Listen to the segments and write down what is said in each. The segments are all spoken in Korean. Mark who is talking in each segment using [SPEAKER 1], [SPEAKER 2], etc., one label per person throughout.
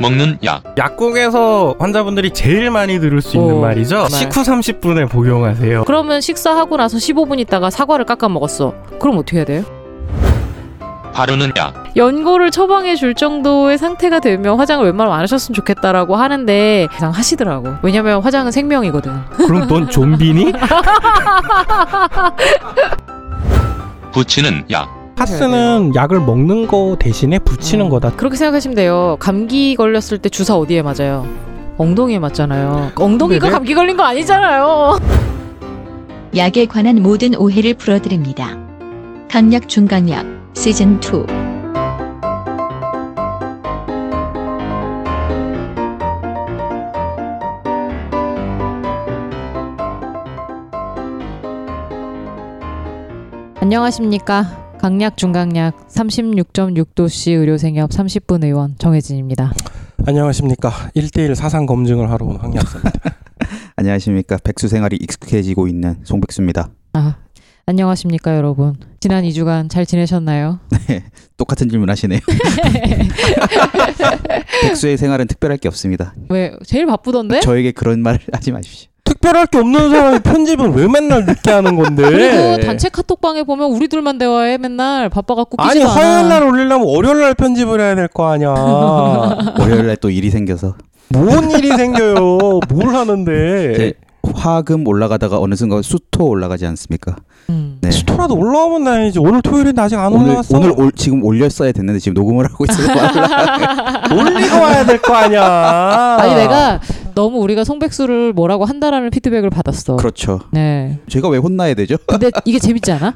[SPEAKER 1] 먹는 약.
[SPEAKER 2] 약국에서 환자분들이 제일 많이 들을 수 있는
[SPEAKER 3] 오,
[SPEAKER 2] 말이죠.
[SPEAKER 3] 정말.
[SPEAKER 2] 식후 30분에 복용하세요.
[SPEAKER 3] 그러면 식사하고 나서 15분 있다가 사과를 깎아 먹었어. 그럼 어떻게 해야 돼요?
[SPEAKER 1] 바르는 약.
[SPEAKER 3] 연고를 처방해 줄 정도의 상태가 되면 화장을 웬만하면 안 하셨으면 좋겠다라고 하는데 그냥 하시더라고. 왜냐면 화장은 생명이거든.
[SPEAKER 2] 그럼 넌 좀비니?
[SPEAKER 1] 붙이는 약.
[SPEAKER 2] 파스는 약을 먹는 거 대신에 붙이는
[SPEAKER 3] 음.
[SPEAKER 2] 거다.
[SPEAKER 3] 그렇게 생각하시면 돼요. 감기 걸렸을 때 주사 어디에 맞아요? 엉덩이에 맞잖아요. 엉덩이가
[SPEAKER 2] 네네.
[SPEAKER 3] 감기 걸린 거 아니잖아요.
[SPEAKER 4] 약에 관한 모든 오해를 풀어드립니다. 강약 중강약 시즌 2
[SPEAKER 3] 안녕하십니까. 강약 중강약 36.6도씨 의료생협 30분 의원 정혜진입니다.
[SPEAKER 2] 안녕하십니까. 1대1 사상 검증을 하러 온 황약사입니다.
[SPEAKER 5] 안녕하십니까 백수 생활이 익숙해지고 있는 송백수입니다.
[SPEAKER 3] 안녕하십니까 여러분. 지난 2주간 잘 지내셨나요?
[SPEAKER 5] 똑같은 질문 하시네요. 백수의 생활은 특별할 게 없습니다.
[SPEAKER 3] 왜 제일 바쁘던데?
[SPEAKER 5] 저에게 그런 말 하지 마십시오.
[SPEAKER 2] 특별할 게 없는 사람이 편집은 왜 맨날 늦게 하는 건데? 네.
[SPEAKER 3] 그리고 단체 카톡방에 보면 우리 둘만 대화해 맨날 바빠갖고 끼지도
[SPEAKER 2] 아니
[SPEAKER 3] 않아.
[SPEAKER 2] 화요일 날 올리려면 월요일 날 편집을 해야 될 거 아니야.
[SPEAKER 5] 월요일 날 또 일이 생겨서
[SPEAKER 2] 뭔 일이 생겨요? 뭘 하는데?
[SPEAKER 5] 제 화금 올라가다가 어느 순간 수토 올라가지 않습니까?
[SPEAKER 3] 음.
[SPEAKER 5] 네.
[SPEAKER 2] 스토라도 올라오면 다행이지. 오늘 토요일인데 아직 안
[SPEAKER 5] 오늘
[SPEAKER 2] 올라왔어.
[SPEAKER 5] 오늘 올- 지금 올렸어야 됐는데 지금 녹음을 하고 있어서
[SPEAKER 2] 올리고 와야 될 거 아니야.
[SPEAKER 3] 아니 내가 너무 우리가 송백수를 뭐라고 한다라는 피드백을 받았어.
[SPEAKER 5] 그렇죠.
[SPEAKER 3] 네.
[SPEAKER 5] 제가 왜 혼나야 되죠?
[SPEAKER 3] 근데 이게 재밌지 않아?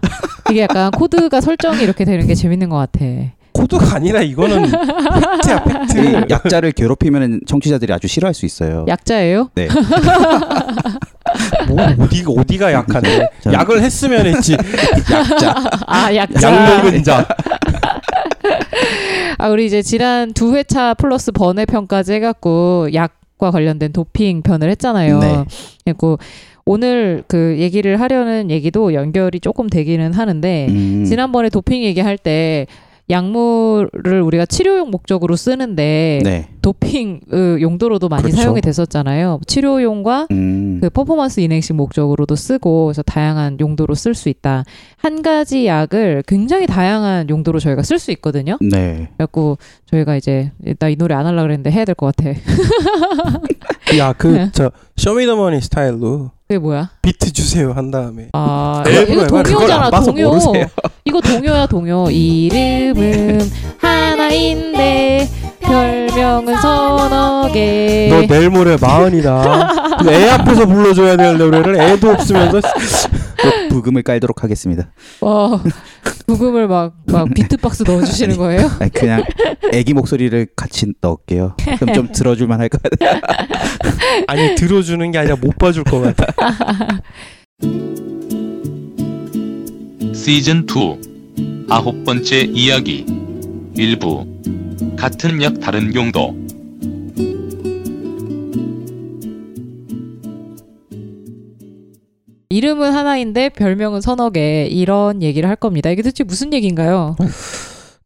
[SPEAKER 3] 이게 약간 코드가 설정이 이렇게 되는 게 재밌는 것 같아.
[SPEAKER 2] 코드가 아니라 이거는 팩트야
[SPEAKER 5] 이
[SPEAKER 2] 팩트.
[SPEAKER 5] 약자를 괴롭히면 청취자들이 아주 싫어할 수 있어요.
[SPEAKER 3] 약자예요?
[SPEAKER 5] 네.
[SPEAKER 2] 뭐, 어디가 어디가 약한데?
[SPEAKER 5] 저는-
[SPEAKER 2] 약을 했으면 했지.
[SPEAKER 5] 약자.
[SPEAKER 3] 아 약자.
[SPEAKER 2] 양복은 자.
[SPEAKER 3] 아 우리 이제 지난 두 회차 플러스 번외편까지 해갖고 약과 관련된 도핑 편을 했잖아요.
[SPEAKER 5] 네.
[SPEAKER 3] 그리고 오늘 그 얘기를 하려는 얘기도 연결이 조금 되기는 하는데
[SPEAKER 5] 음,
[SPEAKER 3] 네. 지난번에 도핑 얘기할 때 약물을 우리가 치료용 목적으로 쓰는데
[SPEAKER 5] 네.
[SPEAKER 3] 도핑 어, 용도로도 많이
[SPEAKER 5] 그렇죠.
[SPEAKER 3] 사용이 됐었잖아요. 치료용과
[SPEAKER 5] 음.
[SPEAKER 3] 그 퍼포먼스 인행식 목적으로도 쓰고 그래서 다양한 용도로 쓸 수 있다. 한 가지 약을 굉장히 다양한 용도로 저희가 쓸 수 있거든요.
[SPEAKER 5] 네.
[SPEAKER 3] 그래갖고 저희가 이제 나 이 노래 안 하려고 그랬는데 해야 될 것 같아.
[SPEAKER 2] 야 그 저 쇼미더머니 스타일로
[SPEAKER 3] 그게 뭐야?
[SPEAKER 2] 비트 주세요 한 다음에.
[SPEAKER 3] 아,
[SPEAKER 2] 네,
[SPEAKER 3] 이거
[SPEAKER 2] 그걸
[SPEAKER 3] 동요잖아,
[SPEAKER 5] 안 봐서
[SPEAKER 3] 동요.
[SPEAKER 5] 모르세요.
[SPEAKER 3] 이거 동요야, 동요. 이름은 하나인데 별명은 서너 개.
[SPEAKER 2] 너 내일 모레 마흔이다. 근데 애 앞에서 불러줘야 될 노래를 애도 없으면서
[SPEAKER 5] 부금을 깔도록 하겠습니다.
[SPEAKER 3] 와, 부금을 막, 막 비트박스 넣어주시는 거예요?
[SPEAKER 5] 아니, 그냥 애기 목소리를 같이 넣을게요. 그럼 좀 들어줄만 할 것 같아요.
[SPEAKER 2] 아니 들어주는 게 아니라 못 봐줄 것 같아.
[SPEAKER 1] 시즌 2. 아홉 번째 이야기. 일부. 같은 약 다른 용도.
[SPEAKER 3] 이름은 하나인데 별명은 서너 개. 이런 얘기를 할 겁니다. 이게 도대체 무슨 얘기인가요?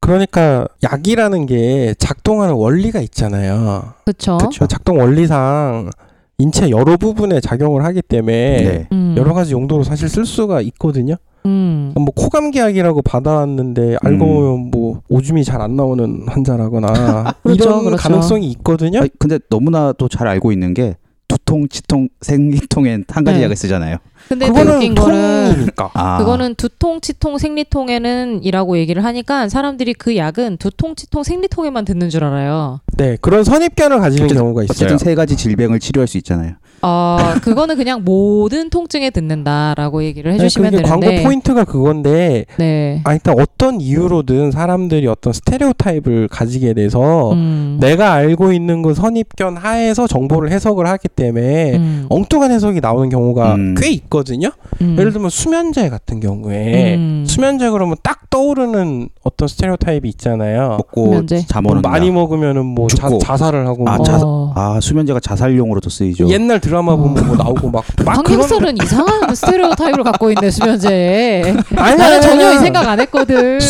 [SPEAKER 2] 그러니까 약이라는 게 작동하는 원리가 있잖아요.
[SPEAKER 3] 그쵸?
[SPEAKER 5] 네, 그렇죠.
[SPEAKER 2] 그 작동 원리상 인체 여러 부분에 작용을 하기 때문에
[SPEAKER 5] 네.
[SPEAKER 3] 음.
[SPEAKER 2] 여러 가지 용도로 사실 쓸 수가 있거든요.
[SPEAKER 3] 음.
[SPEAKER 2] 뭐 코감기약이라고 받아왔는데 알고
[SPEAKER 5] 음.
[SPEAKER 2] 보면 뭐 오줌이 잘 안 나오는 환자라거나
[SPEAKER 3] 그렇죠,
[SPEAKER 2] 이런
[SPEAKER 3] 그렇죠.
[SPEAKER 2] 가능성이 있거든요.
[SPEAKER 5] 아니, 근데 너무나도 잘 알고 있는 게 두통, 치통, 생리통엔 한 가지
[SPEAKER 3] 네.
[SPEAKER 5] 약을 쓰잖아요.
[SPEAKER 3] 근데 또
[SPEAKER 2] 그거는
[SPEAKER 3] 웃긴 거는
[SPEAKER 2] 통이니까.
[SPEAKER 5] 아,
[SPEAKER 3] 그거는 두통, 치통, 생리통에는 이라고 얘기를 하니까 사람들이 그 약은 두통, 치통, 생리통에만 듣는 줄 알아요.
[SPEAKER 2] 네 그런 선입견을 가지는
[SPEAKER 5] 어쨌든-
[SPEAKER 2] 경우가 있어요. 네,
[SPEAKER 5] 어쨌든 세 가지 질병을 치료할 수 있잖아요.
[SPEAKER 3] 아, 그거는 그냥 모든 통증에 듣는다라고 얘기를
[SPEAKER 2] 네,
[SPEAKER 3] 해주시면
[SPEAKER 2] 그게
[SPEAKER 3] 되는데.
[SPEAKER 2] 광고 포인트가 그건데
[SPEAKER 3] 네.
[SPEAKER 2] 아 일단 어떤 이유로든 사람들이 어떤 스테레오타입을 가지게 돼서
[SPEAKER 3] 음,
[SPEAKER 2] 내가 알고 있는 그 선입견 하에서 정보를 해석을 하기 때문에
[SPEAKER 3] 음,
[SPEAKER 2] 엉뚱한 해석이 나오는 경우가
[SPEAKER 5] 음.
[SPEAKER 2] 꽤 있거든요.
[SPEAKER 3] 음,
[SPEAKER 2] 어, 예를 들면 네, 수면제 같은 경우에
[SPEAKER 3] 음.
[SPEAKER 2] 수면제 그러면 딱 떠오르는 어떤 스테레오타입이 있잖아요.
[SPEAKER 5] 먹고
[SPEAKER 3] 면제.
[SPEAKER 2] 뭐
[SPEAKER 5] 잠오는
[SPEAKER 2] 많이 먹으면은 뭐 자,
[SPEAKER 5] 죽고.
[SPEAKER 2] 살을 하고
[SPEAKER 5] 아,
[SPEAKER 2] 뭐.
[SPEAKER 5] 자-
[SPEAKER 3] 어.
[SPEAKER 5] 아 수면제가 자살용으로도 쓰이죠.
[SPEAKER 2] 옛날 드라마
[SPEAKER 3] 음.
[SPEAKER 2] 보면 뭐 나오고 막, 막 그런
[SPEAKER 3] 강력설은 이상한 스테레오 타입을 갖고 있네 수면제.
[SPEAKER 2] 아니,
[SPEAKER 3] 나는
[SPEAKER 2] 아니,
[SPEAKER 3] 전혀
[SPEAKER 2] 아니.
[SPEAKER 3] 이 생각 안 했거든.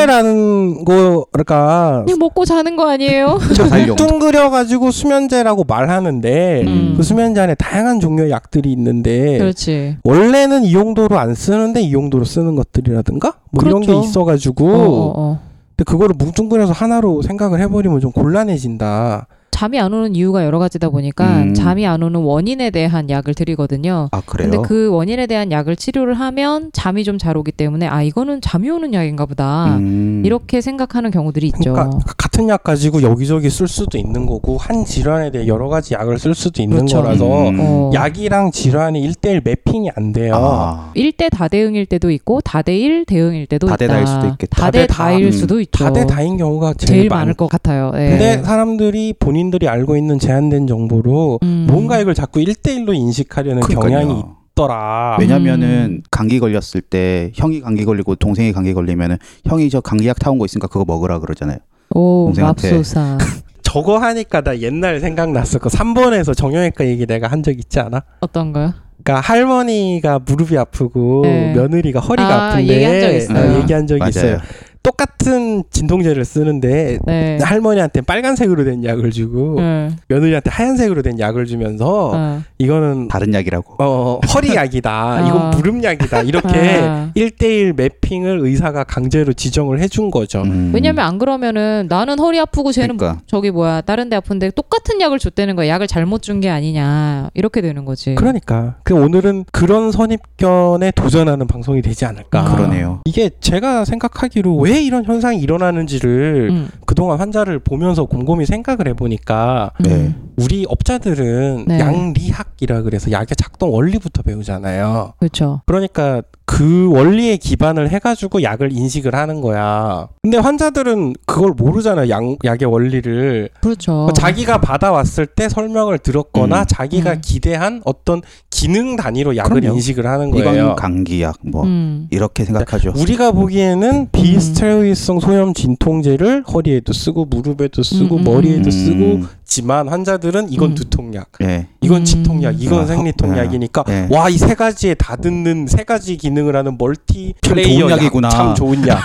[SPEAKER 2] 수면제라는 거랄까
[SPEAKER 3] 그냥 먹고 자는 거 아니에요?
[SPEAKER 2] 그
[SPEAKER 5] 살용.
[SPEAKER 2] 뚱그려 가지고 수면제라고 말하는데
[SPEAKER 3] 음.
[SPEAKER 2] 그 수면제 안에 다양한 종류의 약들이 있는데
[SPEAKER 3] 그렇죠. 그렇지.
[SPEAKER 2] 원래는 이 용도로 안 쓰는데 이 용도로 쓰는 것들이라든가 뭐 이런
[SPEAKER 3] 그렇죠.
[SPEAKER 2] 게 있어가지고
[SPEAKER 3] 어, 어, 어.
[SPEAKER 2] 근데 그거를 뭉뚱그려서 하나로 생각을 해버리면 좀 곤란해진다.
[SPEAKER 3] 잠이 안 오는 이유가 여러 가지다 보니까
[SPEAKER 5] 음.
[SPEAKER 3] 잠이 안 오는 원인에 대한 약을 드리거든요.
[SPEAKER 5] 아 그래요?
[SPEAKER 3] 근데 그 원인에 대한 약을 치료를 하면 잠이 좀 잘 오기 때문에 아 이거는 잠이 오는 약인가 보다.
[SPEAKER 5] 음.
[SPEAKER 3] 아, 이렇게 생각하는 경우들이 있죠.
[SPEAKER 2] 그러니까 같은 약 가지고 여기저기 쓸 수도 있는 거고 한 질환에 대해 여러 가지 약을 쓸 수도 있는
[SPEAKER 3] 그렇죠.
[SPEAKER 2] 거라서
[SPEAKER 5] 음.
[SPEAKER 3] 어.
[SPEAKER 2] 약이랑 질환이 일대일 매핑이 안 돼요.
[SPEAKER 5] 아,
[SPEAKER 3] 1대 다대응일 때도 있고 다대일 대응일 때도 있다.
[SPEAKER 5] 다대다일 수도 있겠다.
[SPEAKER 3] 다대다일
[SPEAKER 5] 다대다.
[SPEAKER 3] 수도 있죠.
[SPEAKER 2] 다대다인 경우가 제일,
[SPEAKER 3] 그렇죠. 제일
[SPEAKER 2] 많을
[SPEAKER 3] 많을 것 같아요. 예.
[SPEAKER 2] 근데 사람들이 본인들이 알고 있는 제한된 정보로
[SPEAKER 3] 음.
[SPEAKER 2] 뭔가 이걸 자꾸 일대일로 인식하려는 경향이
[SPEAKER 5] 그러니까요.
[SPEAKER 2] 있더라.
[SPEAKER 5] 왜냐면은 감기 걸렸을 때 형이 감기 걸리고 동생이 감기 걸리면은 형이 저 감기약 타온 거 있으니까 그거 먹으라 그러잖아요.
[SPEAKER 3] 오
[SPEAKER 5] 동생한테.
[SPEAKER 3] 맙소사.
[SPEAKER 2] 저거 하니까 나 옛날 생각났어. 그 3번에서 정형외과 얘기 내가 한 적 있지 않아?
[SPEAKER 3] 어떤가요?
[SPEAKER 2] 그러니까 할머니가 무릎이 아프고
[SPEAKER 3] 네.
[SPEAKER 2] 며느리가 허리가
[SPEAKER 3] 아,
[SPEAKER 2] 아, 픈데
[SPEAKER 3] 얘기한 적 있어요.
[SPEAKER 2] 그 얘기한 적이
[SPEAKER 5] 맞아요.
[SPEAKER 2] 있어요. 똑같은 진통제를 쓰는데
[SPEAKER 3] 네.
[SPEAKER 2] 할머니한테 빨간색으로 된 약을 주고
[SPEAKER 3] 네.
[SPEAKER 2] 며느리한테 하얀색으로 된 약을 주면서
[SPEAKER 3] 어.
[SPEAKER 2] 이거는
[SPEAKER 5] 다른 약이라고.
[SPEAKER 2] 어, 허리 약이다.
[SPEAKER 3] 아.
[SPEAKER 2] 이건 무릎 약이다. 이렇게 음.
[SPEAKER 3] 아.
[SPEAKER 2] 일 1대1 매핑을 의사가 강제로 지정을 해준 거죠.
[SPEAKER 5] 음.
[SPEAKER 3] 왜냐면 안 그러면은 나는 허리 아프고 쟤는
[SPEAKER 5] 그러니까
[SPEAKER 3] 저기 뭐야 다른 데 아픈데 똑같은 약을 줬다는 거야. 약을 잘못 준 게 아니냐 이렇게 되는 거지.
[SPEAKER 2] 그러니까. 그 오늘은 그런 선입견에 도전하는 방송이 되지 않을까.
[SPEAKER 3] 아.
[SPEAKER 5] 그러네요.
[SPEAKER 2] 이게 제가 생각하기로 왜 이런 현상이 일어나는지를
[SPEAKER 3] 음.
[SPEAKER 2] 그동안 환자를 보면서 곰곰이 생각을 해보니까
[SPEAKER 3] 음.
[SPEAKER 5] 네.
[SPEAKER 2] 우리 업자들은
[SPEAKER 3] 네.
[SPEAKER 2] 양리학이라 그래서 약의 작동 원리부터 배우잖아요.
[SPEAKER 3] 그렇죠.
[SPEAKER 2] 그러니까 그 원리에 기반을 해가지고 약을 인식을 하는 거야. 근데 환자들은 그걸 모르잖아, 약, 약의 원리를.
[SPEAKER 3] 그렇죠.
[SPEAKER 2] 그러니까 자기가 받아왔을 때 설명을 들었거나
[SPEAKER 5] 음.
[SPEAKER 2] 자기가
[SPEAKER 3] 음.
[SPEAKER 2] 기대한 어떤 기능 단위로 약을
[SPEAKER 5] 그럼요.
[SPEAKER 2] 인식을 하는 거예요.
[SPEAKER 5] 이건 감기약 뭐
[SPEAKER 3] 음.
[SPEAKER 5] 이렇게 생각하죠.
[SPEAKER 2] 우리가 보기에는 비스테로이드성 소염 진통제를 허리에도 쓰고 무릎에도 쓰고
[SPEAKER 3] 음, 음,
[SPEAKER 2] 머리에도
[SPEAKER 3] 음.
[SPEAKER 2] 쓰고
[SPEAKER 5] 음.
[SPEAKER 2] 지만 환자들은 이건
[SPEAKER 3] 음.
[SPEAKER 2] 두통약,
[SPEAKER 5] 예.
[SPEAKER 2] 이건
[SPEAKER 3] 음.
[SPEAKER 2] 치통약, 이건
[SPEAKER 5] 아, 아,
[SPEAKER 2] 생리통약이니까
[SPEAKER 5] 예.
[SPEAKER 2] 와 이 세 가지에 다 듣는 세 가지 기능을 하는 멀티
[SPEAKER 5] 참
[SPEAKER 2] 플레이어
[SPEAKER 5] 좋은 약이구나.
[SPEAKER 2] 참 좋은 약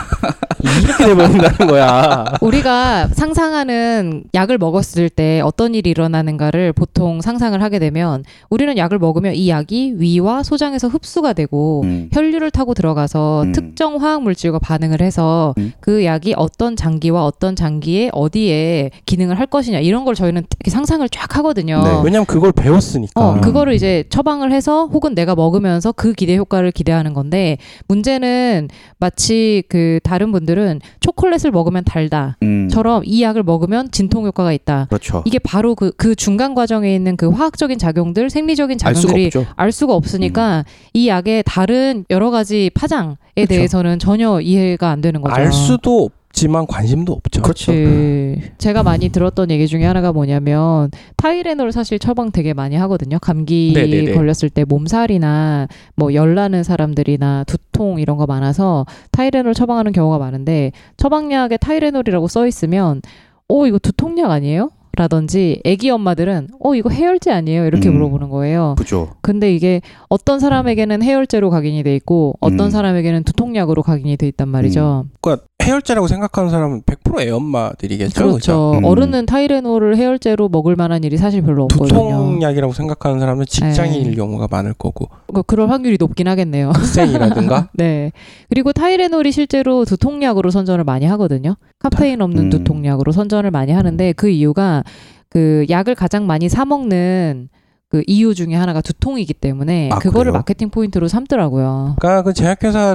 [SPEAKER 2] 이렇게 돼버린다는 거야.
[SPEAKER 3] 우리가 상상하는 약을 먹었을 때 어떤 일이 일어나는가를 보통 상상을 하게 되면 우리는 약을 먹으면 이 약이 위와 소장에서 흡수가 되고
[SPEAKER 5] 음.
[SPEAKER 3] 혈류를 타고 들어가서
[SPEAKER 5] 음.
[SPEAKER 3] 특정 화학 물질과 반응을 해서
[SPEAKER 5] 음.
[SPEAKER 3] 그 약이 어떤 장기와 어떤 장기에 어디에 기능을 할 것이냐 이런 걸 저희는 되게 상상을 쫙 하거든요.
[SPEAKER 5] 네.
[SPEAKER 2] 왜냐면 그걸 배웠으니까.
[SPEAKER 3] 어,
[SPEAKER 5] 음.
[SPEAKER 3] 그거를 이제 처방을 해서 혹은 내가 먹으면서 그 기대 효과를 기대하는 건데 문제는 마치 그 다른 분들은 초콜릿을 먹으면 달다.
[SPEAKER 5] 음.
[SPEAKER 3] 처럼 이 약을 먹으면 진통 효과가 있다.
[SPEAKER 5] 그렇죠.
[SPEAKER 3] 이게 바로 그, 그 중간 과정에 있는 그 화학적인 작용들, 생리적인
[SPEAKER 5] 알 수가
[SPEAKER 3] 작용들이 그
[SPEAKER 5] 없죠. 음.
[SPEAKER 3] 알 수가 없으니까 이 약의 다른 여러 가지 파장에
[SPEAKER 5] 그렇죠.
[SPEAKER 3] 대해서는 전혀 이해가 안 되는 거죠.
[SPEAKER 2] 알 수도 없지만 관심도 없죠.
[SPEAKER 5] 그렇죠.
[SPEAKER 3] 그렇지. 제가 많이 들었던 얘기 중에 하나가 뭐냐면 타이레놀 사실 처방 되게 많이 하거든요. 감기
[SPEAKER 2] 네네네.
[SPEAKER 3] 걸렸을 때 몸살이나 뭐 열나는 사람들이나 두통 이런 거 많아서 타이레놀 처방하는 경우가 많은데 처방약에 타이레놀이라고 써 있으면 어 이거 두통약 아니에요? 라든지 아기 엄마들은 어 이거 해열제 아니에요? 이렇게
[SPEAKER 5] 음.
[SPEAKER 3] 물어보는 거예요.
[SPEAKER 5] 그죠.
[SPEAKER 3] 근데 이게 어떤 사람에게는 해열제로 각인이 돼 있고 어떤
[SPEAKER 5] 음.
[SPEAKER 3] 사람에게는 두통약으로 각인이 돼 있단 말이죠.
[SPEAKER 2] 그러니까 해열제라고 생각하는 사람은 100% 애엄마들이겠죠. 그죠?
[SPEAKER 3] 그렇죠.
[SPEAKER 5] 음.
[SPEAKER 3] 어른은 타이레놀을 해열제로 먹을 만한 일이 사실 별로 없거든요. 예.
[SPEAKER 2] 두통약이라고 생각하는 사람은 직장인일 경우가 많을 거고
[SPEAKER 3] 그 그럴 확률이 높긴 하겠네요.
[SPEAKER 2] 학생이라든가
[SPEAKER 3] 네. 그리고 타이레놀이 실제로 두통약으로 선전을 많이 하거든요. 카페인 없는
[SPEAKER 5] 음.
[SPEAKER 3] 두통약으로 선전을 많이 하는데 그 이유가 그 약을 가장 많이 사 먹는 그 이유 중에 하나가 두통이기 때문에
[SPEAKER 5] 아,
[SPEAKER 3] 그거를
[SPEAKER 5] 그래요?
[SPEAKER 3] 마케팅 포인트로 삼더라고요.
[SPEAKER 2] 그러니까 그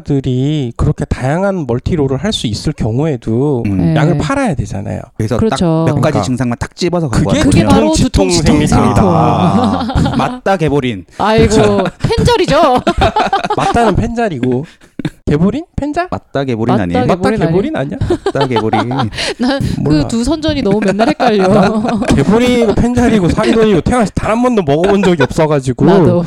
[SPEAKER 2] 제약회사들이 그렇게 다양한 멀티롤을 할 수 있을 경우에도
[SPEAKER 5] 음.
[SPEAKER 3] 네.
[SPEAKER 2] 약을 팔아야 되잖아요.
[SPEAKER 5] 그래서
[SPEAKER 3] 그렇죠.
[SPEAKER 5] 딱 몇 가지
[SPEAKER 2] 그러니까.
[SPEAKER 5] 증상만 탁 집어서
[SPEAKER 2] 그게
[SPEAKER 5] 광고하는
[SPEAKER 3] 그게
[SPEAKER 5] 거죠.
[SPEAKER 3] 바로
[SPEAKER 2] 두통,
[SPEAKER 3] 두통,
[SPEAKER 2] 치통,
[SPEAKER 3] 두통,
[SPEAKER 2] 생리통이다.
[SPEAKER 3] 두통.
[SPEAKER 5] 아, 맞다 개보린.
[SPEAKER 3] 아이고
[SPEAKER 2] 그렇죠.
[SPEAKER 3] 팬절이죠.
[SPEAKER 2] 맞다는 펜자리고 개보린? 펜자?
[SPEAKER 5] 맞다 개보린
[SPEAKER 3] 맞다
[SPEAKER 5] 아니에요?
[SPEAKER 2] 맞다
[SPEAKER 3] 개보린
[SPEAKER 2] 개보린 아니야?
[SPEAKER 5] 맞다 개보린. 아,
[SPEAKER 3] 그
[SPEAKER 2] 몰라.
[SPEAKER 3] 두 선전이 너무 맨날 헷갈려.
[SPEAKER 2] 개보린이고 펜자리고 사기돈이고 태어나서 단 한 번도 먹어본 적이 없어가지고
[SPEAKER 3] 나도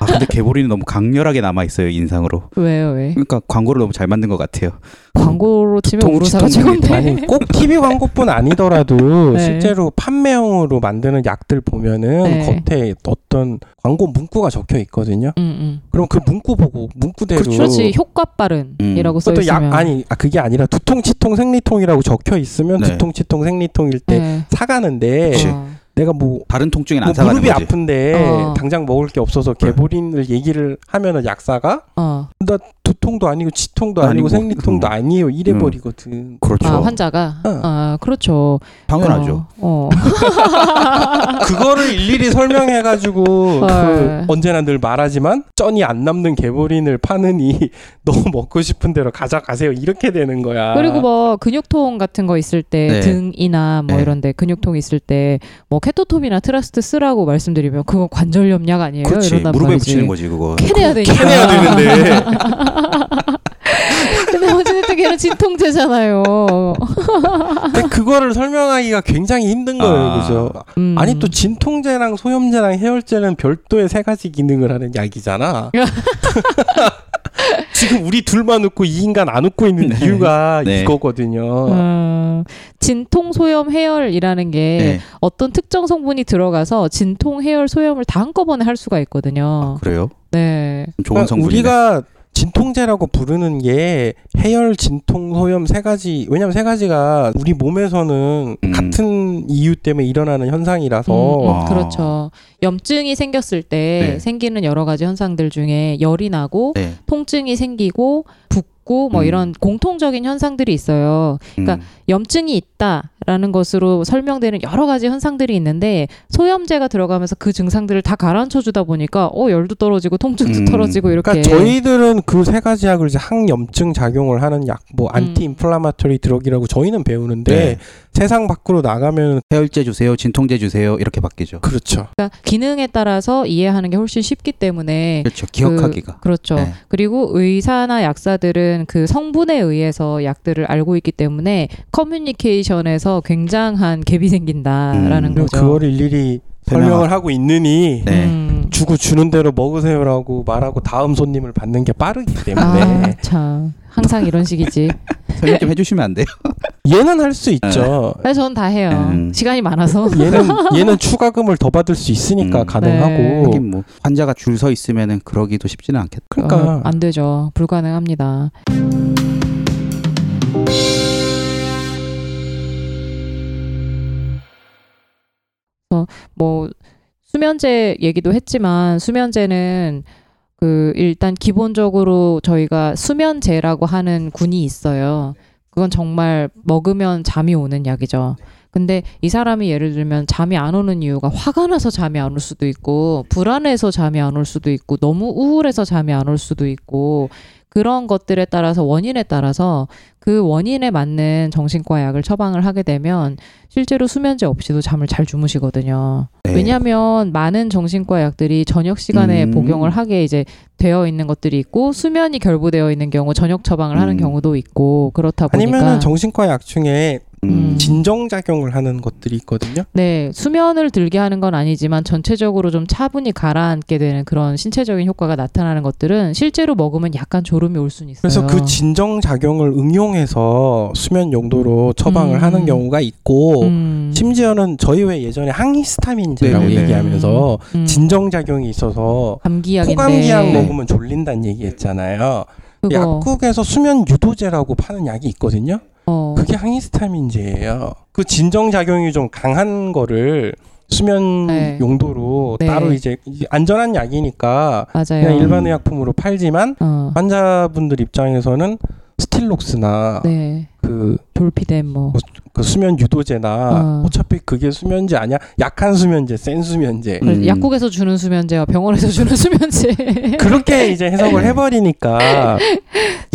[SPEAKER 5] 아 근데 개보린은 너무 강렬하게 남아 있어요 인상으로.
[SPEAKER 3] 왜요 왜?
[SPEAKER 5] 그러니까 광고를 너무 잘 만든 것 같아요.
[SPEAKER 3] 광고로 치면
[SPEAKER 5] 두통,
[SPEAKER 3] 우루사가
[SPEAKER 5] 치통제리
[SPEAKER 3] 최고인데.
[SPEAKER 2] 아니 꼭 TV 광고뿐 아니더라도
[SPEAKER 3] 네.
[SPEAKER 2] 실제로 판매용으로 만드는 약들 보면은
[SPEAKER 3] 네.
[SPEAKER 2] 겉에 어떤 광고 문구가 적혀 있거든요.
[SPEAKER 3] 음, 음.
[SPEAKER 2] 그럼 그 문구 보고 문구대로
[SPEAKER 3] 그렇지 효과
[SPEAKER 5] 음.
[SPEAKER 3] 빠른이라고 써
[SPEAKER 2] 그것도 약
[SPEAKER 3] 있으면.
[SPEAKER 2] 아니 아, 그게 아니라 두통 치통 생리통이라고 적혀 있으면
[SPEAKER 5] 네.
[SPEAKER 2] 두통 치통 생리통일 때
[SPEAKER 3] 네.
[SPEAKER 2] 사가는데
[SPEAKER 5] 그치.
[SPEAKER 3] 어.
[SPEAKER 2] 내가 뭐
[SPEAKER 5] 다른 통증엔
[SPEAKER 2] 뭐
[SPEAKER 5] 안 사가는
[SPEAKER 2] 무릎이
[SPEAKER 5] 거지. 네.
[SPEAKER 2] 아픈데
[SPEAKER 3] 어.
[SPEAKER 2] 당장 먹을 게 없어서 개보린을 얘기를 하면은 약사가
[SPEAKER 3] 어.
[SPEAKER 2] 나 두통도 아니고 치통도 아니고,
[SPEAKER 5] 아니고.
[SPEAKER 2] 생리통도
[SPEAKER 5] 음.
[SPEAKER 2] 아니에요 이래 버리거든.
[SPEAKER 5] 그렇죠.
[SPEAKER 3] 아 환자가.
[SPEAKER 2] 어.
[SPEAKER 3] 아 그렇죠.
[SPEAKER 5] 당연하죠.
[SPEAKER 3] 어. 어.
[SPEAKER 2] 그거를 일일이 설명해가지고 그
[SPEAKER 3] 헐.
[SPEAKER 2] 언제나 늘 말하지만 쩐이 안 남는 개보린을 파느니 너 먹고 싶은 대로 가져가세요 이렇게 되는 거야.
[SPEAKER 3] 그리고 뭐 근육통 같은 거 있을 때
[SPEAKER 5] 네.
[SPEAKER 3] 등이나 뭐
[SPEAKER 5] 네.
[SPEAKER 3] 이런데 근육통 있을 때 뭐 케토톱이나 트라스트 쓰라고 말씀드리면 그건 관절염약 아니에요.
[SPEAKER 5] 그렇지.
[SPEAKER 3] 예, 이런단
[SPEAKER 5] 무릎에
[SPEAKER 3] 말이지.
[SPEAKER 5] 붙이는 거지 그거.
[SPEAKER 3] 캐내야 되니까.
[SPEAKER 2] 해야 되는데
[SPEAKER 3] 근데 어쨌든 걔는 진통제잖아요.
[SPEAKER 2] 근데 그거를 설명하기가 굉장히 힘든 거예요,
[SPEAKER 5] 아.
[SPEAKER 2] 그죠?
[SPEAKER 3] 음.
[SPEAKER 2] 아니 또 진통제랑 소염제랑 해열제는 별도의 세 가지 기능을 하는 약이잖아. 지금 우리 둘만 웃고 이 인간 안 웃고 있는
[SPEAKER 5] 네.
[SPEAKER 2] 이유가
[SPEAKER 5] 네.
[SPEAKER 2] 이거거든요.
[SPEAKER 3] 음, 진통 소염 해열이라는 게
[SPEAKER 5] 네.
[SPEAKER 3] 어떤 특정 성분이 들어가서 진통 해열 소염을 다 한꺼번에 할 수가
[SPEAKER 2] 아,
[SPEAKER 3] 있거든요.
[SPEAKER 5] 그래요?
[SPEAKER 3] 네.
[SPEAKER 5] 좋은
[SPEAKER 2] 그러니까
[SPEAKER 5] 성분이네.
[SPEAKER 2] 우리가 진통제라고 부르는 게 해열, 진통, 소염 세 가지. 왜냐면 세 가지가 우리 몸에서는
[SPEAKER 5] 음.
[SPEAKER 2] 같은 이유 때문에 일어나는 현상이라서
[SPEAKER 3] 음, 음,
[SPEAKER 5] 아.
[SPEAKER 3] 그렇죠. 염증이 생겼을 때
[SPEAKER 5] 네.
[SPEAKER 3] 생기는 여러 가지 현상들 중에 열이 나고
[SPEAKER 5] 네.
[SPEAKER 3] 통증이 생기고 붓고 뭐
[SPEAKER 5] 음.
[SPEAKER 3] 이런 공통적인 현상들이 있어요. 그러니까
[SPEAKER 5] 음.
[SPEAKER 3] 염증이 있다라는 것으로 설명되는 여러 가지 현상들이 있는데 소염제가 들어가면서 그 증상들을 다 가라앉혀 주다 보니까 어 열도 떨어지고 통증도
[SPEAKER 5] 음.
[SPEAKER 3] 떨어지고 이렇게
[SPEAKER 2] 그러니까 저희들은 그 세 가지 약을 이제 항염증 작용을 하는 약,
[SPEAKER 3] 음.
[SPEAKER 2] 뭐 안티인플라마토리 드럭이라고 저희는 배우는데
[SPEAKER 5] 네.
[SPEAKER 2] 세상 밖으로 나가면
[SPEAKER 5] 해열제 주세요. 진통제 주세요. 이렇게 바뀌죠.
[SPEAKER 2] 그렇죠.
[SPEAKER 3] 그러니까 기능에 따라서 이해하는 게 훨씬 쉽기 때문에
[SPEAKER 5] 그렇죠. 기억하기가.
[SPEAKER 3] 그렇죠.
[SPEAKER 5] 네.
[SPEAKER 3] 그리고 의사나 약사들은 그 성분에 의해서 약들을 알고 있기 때문에 커뮤니케이션에서 굉장한 갭이 생긴다라는
[SPEAKER 5] 음.
[SPEAKER 2] 그리고
[SPEAKER 3] 거죠.
[SPEAKER 2] 그걸 일일이 설명을 하고 있느니
[SPEAKER 5] 네.
[SPEAKER 3] 음.
[SPEAKER 2] 주고 주는 대로 먹으세요라고 말하고 다음 손님을 받는 게 빠르기
[SPEAKER 5] 네.
[SPEAKER 2] 때문에
[SPEAKER 3] 아, 참. 항상 이런 식이지.
[SPEAKER 5] 설명 좀 해주시면 안 돼요?
[SPEAKER 2] 얘는 할 수 있죠.
[SPEAKER 3] 그래서 전다 해요.
[SPEAKER 5] 음.
[SPEAKER 3] 시간이 많아서.
[SPEAKER 2] 얘는 얘는 추가금을 더 받을 수 있으니까
[SPEAKER 5] 음.
[SPEAKER 3] 네.
[SPEAKER 2] 가능하고
[SPEAKER 5] 하긴 뭐 환자가 줄 서 있으면은 그러기도 쉽지는 않겠다.
[SPEAKER 2] 그러니까
[SPEAKER 3] 어, 안 되죠. 불가능합니다. 어, 뭐 수면제 얘기도 했지만 수면제는 그 일단 기본적으로 저희가 수면제라고 하는 군이 있어요. 그건 정말 먹으면 잠이 오는 약이죠. 근데 이 사람이 예를 들면 잠이 안 오는 이유가 화가 나서 잠이 안 올 수도 있고 불안해서 잠이 안 올 수도 있고 너무 우울해서 잠이 안 올 수도 있고 그런 것들에 따라서 원인에 따라서 그 원인에 맞는 정신과 약을 처방을 하게 되면 실제로 수면제 없이도 잠을 잘 주무시거든요.
[SPEAKER 5] 네.
[SPEAKER 3] 왜냐하면 많은 정신과 약들이 저녁 시간에
[SPEAKER 5] 음.
[SPEAKER 3] 복용을 하게 이제 되어 있는 것들이 있고 수면이 결부되어 있는 경우 저녁 처방을 하는
[SPEAKER 5] 음.
[SPEAKER 3] 경우도 있고 그렇다 보니까
[SPEAKER 2] 아니면은 정신과 약 중에
[SPEAKER 5] 음.
[SPEAKER 3] 음.
[SPEAKER 2] 진정 작용을 하는 것들이 있거든요.
[SPEAKER 3] 네, 수면을 들게 하는 건 아니지만 전체적으로 좀 차분히 가라앉게 되는 그런 신체적인 효과가 나타나는 것들은 실제로 먹으면 약간 졸음이 올 수는 있어요.
[SPEAKER 2] 그래서 그 진정 작용을 응용해서 수면 용도로 처방을
[SPEAKER 3] 음.
[SPEAKER 2] 하는 경우가 있고
[SPEAKER 3] 음,
[SPEAKER 2] 심지어는 저희 왜 예전에 항히스타민제라고
[SPEAKER 5] 네네네.
[SPEAKER 2] 얘기하면서
[SPEAKER 3] 음,
[SPEAKER 2] 진정 작용이 있어서
[SPEAKER 3] 감기약인데 네.
[SPEAKER 2] 호감기약 먹으면 졸린다는 얘기했잖아요.
[SPEAKER 3] 그거,
[SPEAKER 2] 약국에서 수면 유도제라고 파는 약이 있거든요.
[SPEAKER 3] 어,
[SPEAKER 2] 그게 항히스타민제예요. 그 진정 작용이 좀 강한 거를 수면
[SPEAKER 3] 네.
[SPEAKER 2] 용도로
[SPEAKER 3] 네.
[SPEAKER 2] 따로 이제 이제 안전한 약이니까 그냥
[SPEAKER 3] 맞아요.
[SPEAKER 2] 일반 의약품으로 팔지만
[SPEAKER 3] 어,
[SPEAKER 2] 환자분들 입장에서는 스틸록스나
[SPEAKER 3] 네,
[SPEAKER 2] 그,
[SPEAKER 3] 졸피뎀 뭐.
[SPEAKER 2] 그 수면 유도제나
[SPEAKER 3] 어.
[SPEAKER 2] 어. 차피 그게 수면제 아니야? 약한 수면제, 센 수면제.
[SPEAKER 3] 그래서
[SPEAKER 5] 음.
[SPEAKER 3] 약국에서 주는 수면제와 병원에서 주는 수면제
[SPEAKER 2] 그렇게 이제 해석을
[SPEAKER 5] 네.
[SPEAKER 2] 해버리니까 이제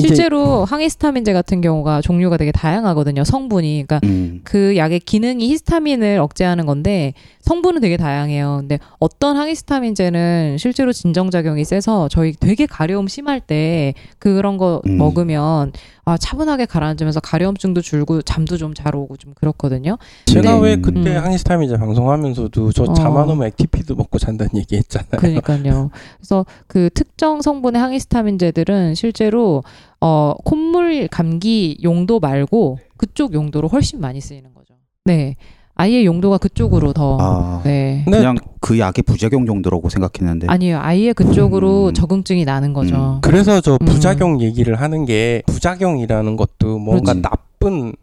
[SPEAKER 3] 실제로 항히스타민제 같은 경우가 종류가 되게 다양하거든요. 성분이 그러니까
[SPEAKER 5] 음.
[SPEAKER 3] 그 약의 기능이 히스타민을 억제하는 건데 성분은 되게 다양해요. 근데 어떤 항히스타민제는 실제로 진정 작용이 세서 저희 되게 가려움 심할 때 그런 거
[SPEAKER 5] 음.
[SPEAKER 3] 먹으면 아, 차분하게 가라앉으면서 가려움증도 줄고 잠도 좀 잘 오고 좀 그렇거든요.
[SPEAKER 2] 제가
[SPEAKER 5] 네.
[SPEAKER 2] 왜 그때
[SPEAKER 3] 음.
[SPEAKER 2] 항시타임이자 방송하면서 저
[SPEAKER 3] 어.
[SPEAKER 2] 잠 안 오면 액티피드 먹고 잔다는 얘기
[SPEAKER 5] 네.
[SPEAKER 2] 했잖아요.
[SPEAKER 3] 그러니까요. 그래서 그 특정 성분의 항히스타민제들은 실제로 어 콧물 감기 용도 말고 그쪽 용도로 훨씬 많이 쓰이는 거죠. 네. 아예 용도가 그쪽으로 더
[SPEAKER 5] 아,
[SPEAKER 3] 네.
[SPEAKER 2] 근데
[SPEAKER 5] 그냥 그 약의 부작용 정도라고 생각했는데
[SPEAKER 3] 아니에요. 아예 그쪽으로
[SPEAKER 5] 네. 음.
[SPEAKER 3] 적응증이 나는 거죠.
[SPEAKER 5] 음.
[SPEAKER 2] 그래서 저
[SPEAKER 3] 음.
[SPEAKER 2] 부작용 얘기를 하는 게 부작용이라는 것도 뭔가
[SPEAKER 5] 그렇지.
[SPEAKER 2] 나쁜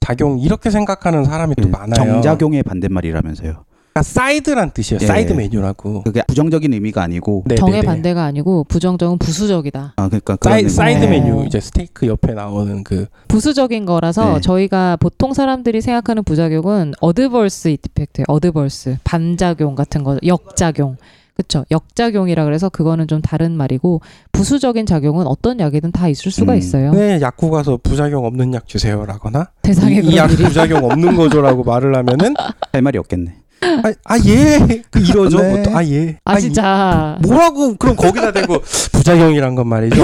[SPEAKER 2] 작용 이렇게 생각하는 사람이 또
[SPEAKER 5] 예,
[SPEAKER 2] 많아요.
[SPEAKER 5] 정작용의 반대말이라면서요.
[SPEAKER 2] 그러니까 사이드란 뜻이에요.
[SPEAKER 5] 예.
[SPEAKER 2] 사이드 메뉴라고.
[SPEAKER 5] 그게 부정적인 의미가 아니고
[SPEAKER 2] 네,
[SPEAKER 3] 정의
[SPEAKER 2] 네, 네.
[SPEAKER 3] 반대가 아니고 부정적은 부수적이다.
[SPEAKER 5] 아 그러니까 그런
[SPEAKER 2] 사이,
[SPEAKER 5] 의미.
[SPEAKER 2] 사이드
[SPEAKER 3] 어.
[SPEAKER 2] 메뉴 이제 스테이크 옆에 나오는 그
[SPEAKER 3] 부수적인 거라서
[SPEAKER 5] 네.
[SPEAKER 3] 저희가 보통 사람들이 생각하는 부작용은 어드벌스 이펙트예요. 어드벌스 반작용 같은 거 역작용. 그렇죠. 역작용이라 그래서 그거는 좀 다른 말이고 부수적인 작용은 어떤 약이든 다 있을 수가
[SPEAKER 5] 음.
[SPEAKER 3] 있어요.
[SPEAKER 2] 네, 약국 가서 부작용 없는 약 주세요라거나
[SPEAKER 3] 세상에
[SPEAKER 2] 이
[SPEAKER 3] 그런
[SPEAKER 2] 약
[SPEAKER 3] 일이
[SPEAKER 2] 부작용 없는 거죠라고 말을 하면은
[SPEAKER 5] 할 말이 없겠네.
[SPEAKER 2] 아, 아 예. 그 이러죠.
[SPEAKER 5] 네.
[SPEAKER 2] 보통. 아 예.
[SPEAKER 3] 아 진짜
[SPEAKER 2] 이- 뭐라고 그럼 거기다 대고 부작용이란 건 말이죠.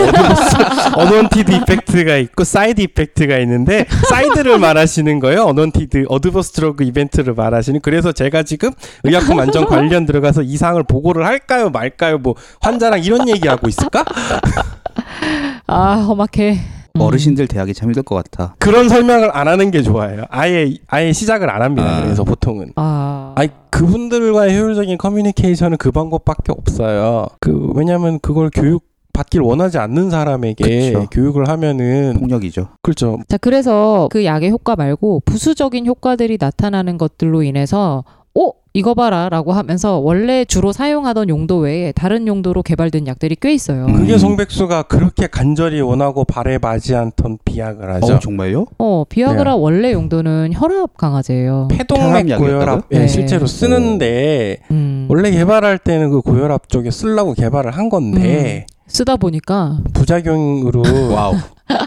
[SPEAKER 2] 어드버스티드 이펙트가 있고 사이드 이펙트가 있는데 사이드를 말하시는 거예요. 어드버스티드 어드버스트로그 이벤트를 말하시는. 그래서 제가 지금 의약품 안전 관련 들어가서 이상을 보고를 할까요, 말까요? 뭐 환자랑 이런 얘기하고 있을까?
[SPEAKER 3] 아 험악해. 음.
[SPEAKER 5] 어르신들 대학이 참 힘들 것 같아.
[SPEAKER 2] 그런 설명을 안 하는 게 좋아요. 아예 아예 시작을 안 합니다.
[SPEAKER 5] 아.
[SPEAKER 2] 그래서 보통은.
[SPEAKER 3] 아
[SPEAKER 2] 아니 그분들과의 효율적인 커뮤니케이션은 그 방법밖에 없어요. 그 왜냐하면 그걸 교육 받길 원하지 않는 사람에게
[SPEAKER 5] 그쵸. 음,
[SPEAKER 2] 교육을
[SPEAKER 3] 음.
[SPEAKER 2] 하면은
[SPEAKER 5] 폭력이죠.
[SPEAKER 2] 그렇죠.
[SPEAKER 3] 자, 그래서 그 약의 효과 말고 부수적인 효과들이 나타나는 것들로 인해서 어? 이거 봐라 라고 하면서 원래 주로 사용하던 용도 외에 다른 용도로 개발된 약들이 꽤 있어요.
[SPEAKER 5] 음.
[SPEAKER 2] 그게 송백수가 그렇게 간절히 원하고 바래마지 않던 비약을하죠.
[SPEAKER 5] 어 정말요?
[SPEAKER 3] 어, 비아그라
[SPEAKER 5] 네.
[SPEAKER 3] 원래 용도는 혈압 강화제예요.
[SPEAKER 2] 폐동맥
[SPEAKER 5] 혈압약이었다고요?
[SPEAKER 2] 고혈압 예,
[SPEAKER 3] 네.
[SPEAKER 2] 실제로 쓰는데
[SPEAKER 3] 음,
[SPEAKER 2] 원래 개발할 때는 그 고혈압 쪽에 쓰려고 개발을 한 건데
[SPEAKER 3] 쓰다 보니까
[SPEAKER 2] 부작용으로
[SPEAKER 5] 음. 와우.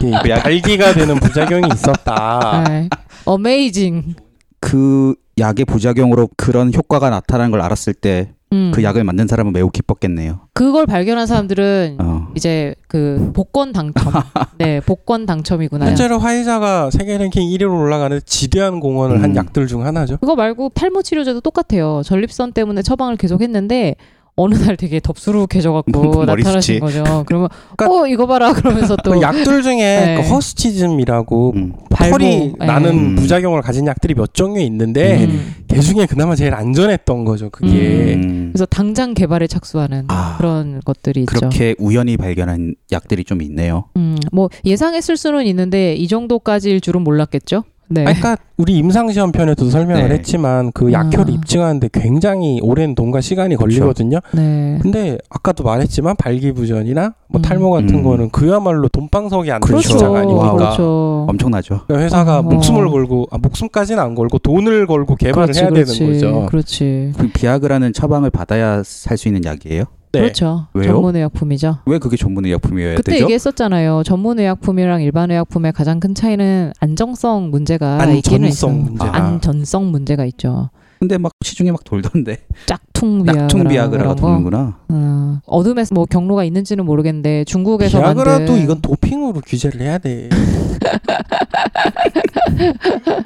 [SPEAKER 2] 이렇게
[SPEAKER 5] 그 음. 약-
[SPEAKER 2] 발기가 되는 부작용이
[SPEAKER 5] 아.
[SPEAKER 2] 있었다.
[SPEAKER 3] 네. 어메이징.
[SPEAKER 5] 그 약의 부작용으로 그런 효과가 나타나는 걸 알았을 때 그
[SPEAKER 3] 음.
[SPEAKER 5] 약을 만든 사람은 매우 기뻤겠네요.
[SPEAKER 3] 그걸 발견한 사람들은
[SPEAKER 5] 어.
[SPEAKER 3] 이제 그 복권 당첨. 네, 복권 당첨이구나.
[SPEAKER 2] 실제로 화이자가 세계 랭킹 1위로 올라가는 지대한 공헌을
[SPEAKER 5] 음.
[SPEAKER 2] 한 약들 중 하나죠.
[SPEAKER 3] 그거 말고 탈모 치료제도 똑같아요. 전립선 때문에 처방을 계속했는데 어느 날 되게 덥수룩해져갖고
[SPEAKER 5] 머리
[SPEAKER 3] 나타나신
[SPEAKER 5] 숱이.
[SPEAKER 3] 거죠. 그러면 어 이거 봐라 그러면서
[SPEAKER 2] 그러니까 그
[SPEAKER 3] 또
[SPEAKER 2] 약들 중에
[SPEAKER 3] 네.
[SPEAKER 2] 그 허스티즘이라고
[SPEAKER 5] 음.
[SPEAKER 3] 발목,
[SPEAKER 2] 털이
[SPEAKER 3] 네.
[SPEAKER 2] 나는
[SPEAKER 5] 음.
[SPEAKER 2] 부작용을 가진 약들이 몇 종류 있는데
[SPEAKER 3] 음.
[SPEAKER 2] 그 중에 그나마 제일 안전했던 거죠.
[SPEAKER 3] 예.
[SPEAKER 2] 그게
[SPEAKER 5] 음.
[SPEAKER 3] 그래서 당장 개발에 착수하는
[SPEAKER 5] 아.
[SPEAKER 3] 그런 것들이 있죠.
[SPEAKER 5] 그렇게 우연히 발견한 약들이 좀 있네요.
[SPEAKER 3] 음, 뭐 예상했을 수는 있는데 이 정도까지일 줄은 몰랐겠죠. 네.
[SPEAKER 2] 아니, 그러니까 우리 임상 시험 편에도 설명을
[SPEAKER 5] 네.
[SPEAKER 2] 했지만 그
[SPEAKER 3] 아.
[SPEAKER 2] 약효를 입증하는데 굉장히 오랜 돈과 시간이 걸리거든요.
[SPEAKER 3] 네.
[SPEAKER 2] 근데 아까도 말했지만 발기부전이나 뭐
[SPEAKER 3] 음.
[SPEAKER 2] 탈모 같은
[SPEAKER 5] 음.
[SPEAKER 2] 거는 그야말로 돈방석이 안 되는
[SPEAKER 5] 그렇죠.
[SPEAKER 2] 시장 아닙니까?
[SPEAKER 3] 그렇죠.
[SPEAKER 5] 엄청나죠.
[SPEAKER 2] 그러니까 회사가
[SPEAKER 3] 어.
[SPEAKER 2] 목숨을 걸고 아, 목숨까지는 안 걸고 돈을 걸고 개발을 해야 되는 거죠.
[SPEAKER 3] 그렇지.
[SPEAKER 5] 그 비아그라는 처방을 받아야 살 수 있는 약이에요?
[SPEAKER 2] 네.
[SPEAKER 3] 그렇죠.
[SPEAKER 5] 왜요?
[SPEAKER 3] 전문의 약품이죠.
[SPEAKER 5] 왜 그게 전문의 약품이어야
[SPEAKER 3] 그때
[SPEAKER 5] 되죠?
[SPEAKER 3] 얘기했었잖아요. 전문 의약품이랑 일반 의약품의 가장 큰 차이는 안정성 문제가 있기는 있어요.
[SPEAKER 2] 안전성 문제.
[SPEAKER 5] 아.
[SPEAKER 3] 아, 안전성 문제가 있죠.
[SPEAKER 5] 근데 막 시중에 막 돌던데.
[SPEAKER 3] 짝퉁 비아그라
[SPEAKER 5] 낙퉁 비아그라가
[SPEAKER 3] 그런 거.
[SPEAKER 5] 도는구나.
[SPEAKER 3] 어, 어둠에서 뭐 경로가 있는지는 모르겠는데 중국에서
[SPEAKER 2] 비아그라도
[SPEAKER 3] 만든
[SPEAKER 2] 이건 도핑으로 규제를 해야 돼.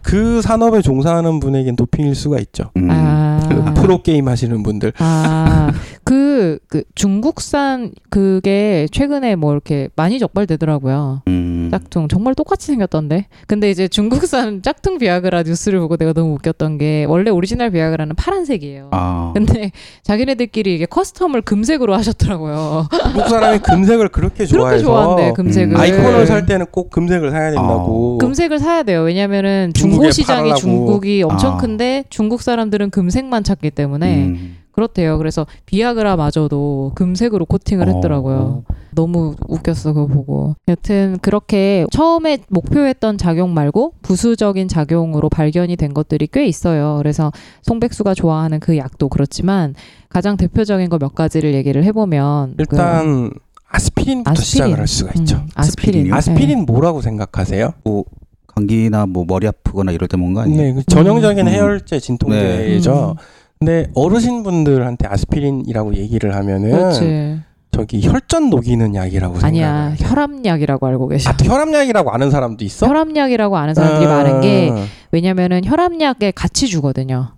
[SPEAKER 2] 그 산업에 종사하는 분에겐 도핑일 수가 있죠. 그
[SPEAKER 5] 음.
[SPEAKER 3] 아,
[SPEAKER 2] 프로 게임 하시는 분들.
[SPEAKER 3] 아, 그, 그 중국산 그게 최근에 뭐 이렇게 많이 적발되더라고요.
[SPEAKER 5] 음.
[SPEAKER 3] 짝퉁 정말 똑같이 생겼던데. 근데 이제 중국산 짝퉁 비아그라 뉴스를 보고 내가 너무 웃겼던 게 원래 오리지널 비아그라는 파란색이에요.
[SPEAKER 5] 아.
[SPEAKER 3] 근데 자기네들끼리 이게 커스텀을 금색으로 하셨더라고요.
[SPEAKER 2] 한국 사람이 금색을 그렇게
[SPEAKER 3] 그렇게
[SPEAKER 2] 좋아해서
[SPEAKER 3] 좋아한대 금색을. 아.
[SPEAKER 5] 음.
[SPEAKER 2] 아이콘을 살 때는 꼭 금색을 사야 된다고.
[SPEAKER 3] 금색을 사야 돼요. 왜냐면은 중고
[SPEAKER 2] 중국에
[SPEAKER 3] 시장이
[SPEAKER 2] 팔라고.
[SPEAKER 3] 중국이 엄청
[SPEAKER 5] 아.
[SPEAKER 3] 큰데 중국 사람들은 금색만 찾기 때문에
[SPEAKER 5] 음.
[SPEAKER 3] 그렇대요. 그래서 비아그라마저도 금색으로 코팅을
[SPEAKER 5] 어.
[SPEAKER 3] 했더라고요. 너무 웃겼어 그거 보고. 여튼 그렇게 처음에 목표했던 작용 말고 부수적인 작용으로 발견이 된 것들이 꽤 있어요. 그래서 송백수가 좋아하는 그 약도 그렇지만 가장 대표적인 거 몇 가지를 얘기를 해보면 그-
[SPEAKER 2] 일단 아스피린부터
[SPEAKER 3] 아스피린.
[SPEAKER 2] 시작을 할 수가
[SPEAKER 3] 음, 네.
[SPEAKER 2] 있죠.
[SPEAKER 3] 아스피린.
[SPEAKER 5] 스피린이요?
[SPEAKER 2] 아스피린 뭐라고 생각하세요?
[SPEAKER 5] 뭐 감기나 뭐 머리 아프거나 이럴 때 뭔가 아니에요?
[SPEAKER 2] 네, 그 전형적인
[SPEAKER 5] 음. 네.
[SPEAKER 2] 해열제 진통제죠.
[SPEAKER 3] 음.
[SPEAKER 2] 근데 어르신분들한테 아스피린이라고 얘기를 하면은
[SPEAKER 3] 음, 그렇지.
[SPEAKER 2] 저기 혈전 녹이는 약이라고
[SPEAKER 3] 아니야
[SPEAKER 2] 생각을
[SPEAKER 3] 혈압약이라고 알고 계셔.
[SPEAKER 2] 네. 아, 혈압약이라고 아는 사람도 있어?
[SPEAKER 3] 혈압약이라고 아는 사람들이
[SPEAKER 2] 아.
[SPEAKER 3] 많은 게 왜냐면은 혈압약에 같이 주거든요.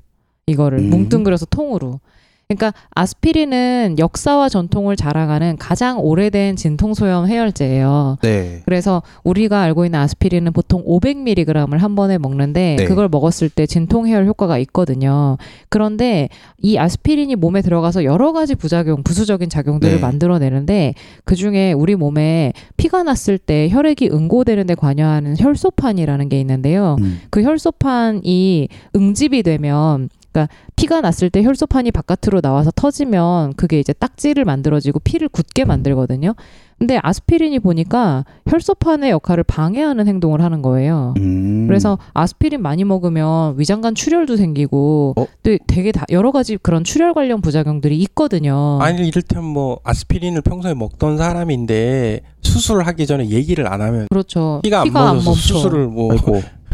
[SPEAKER 3] 이거를
[SPEAKER 5] 음.
[SPEAKER 3] 뭉뚱그려서 통으로. 그러니까 아스피린은 역사와 전통을 자랑하는 가장 오래된 진통소염 해열제예요.
[SPEAKER 5] 네.
[SPEAKER 3] 그래서 우리가 알고 있는 아스피린은 보통 500mg을 한 번에 먹는데
[SPEAKER 5] 네.
[SPEAKER 3] 그걸 먹었을 때 진통 해열 효과가 있거든요. 그런데 이 아스피린이 몸에 들어가서 여러 가지 부작용, 부수적인 작용들을
[SPEAKER 5] 네.
[SPEAKER 3] 만들어내는데 그 중에 우리 몸에 피가 났을 때 혈액이 응고되는 데 관여하는 혈소판이라는 게 있는데요.
[SPEAKER 5] 음.
[SPEAKER 3] 그 혈소판이 응집이 되면 그러니까 피가 났을 때 혈소판이 바깥으로 나와서 터지면 그게 이제 딱지를 만들어지고 피를 굳게 만들거든요. 근데 아스피린이 보니까 혈소판의 역할을 방해하는 행동을 하는 거예요.
[SPEAKER 5] 음.
[SPEAKER 3] 그래서 아스피린 많이 먹으면 위장관 출혈도 생기고
[SPEAKER 5] 어?
[SPEAKER 3] 또 되게 다 여러 가지 그런 출혈 관련 부작용들이 있거든요.
[SPEAKER 2] 아니 이를테면 뭐 아스피린을 평소에 먹던 사람인데 수술하기 전에 얘기를 안 하면
[SPEAKER 3] 그렇죠.
[SPEAKER 2] 피가 안 멈춰서 수술을 뭐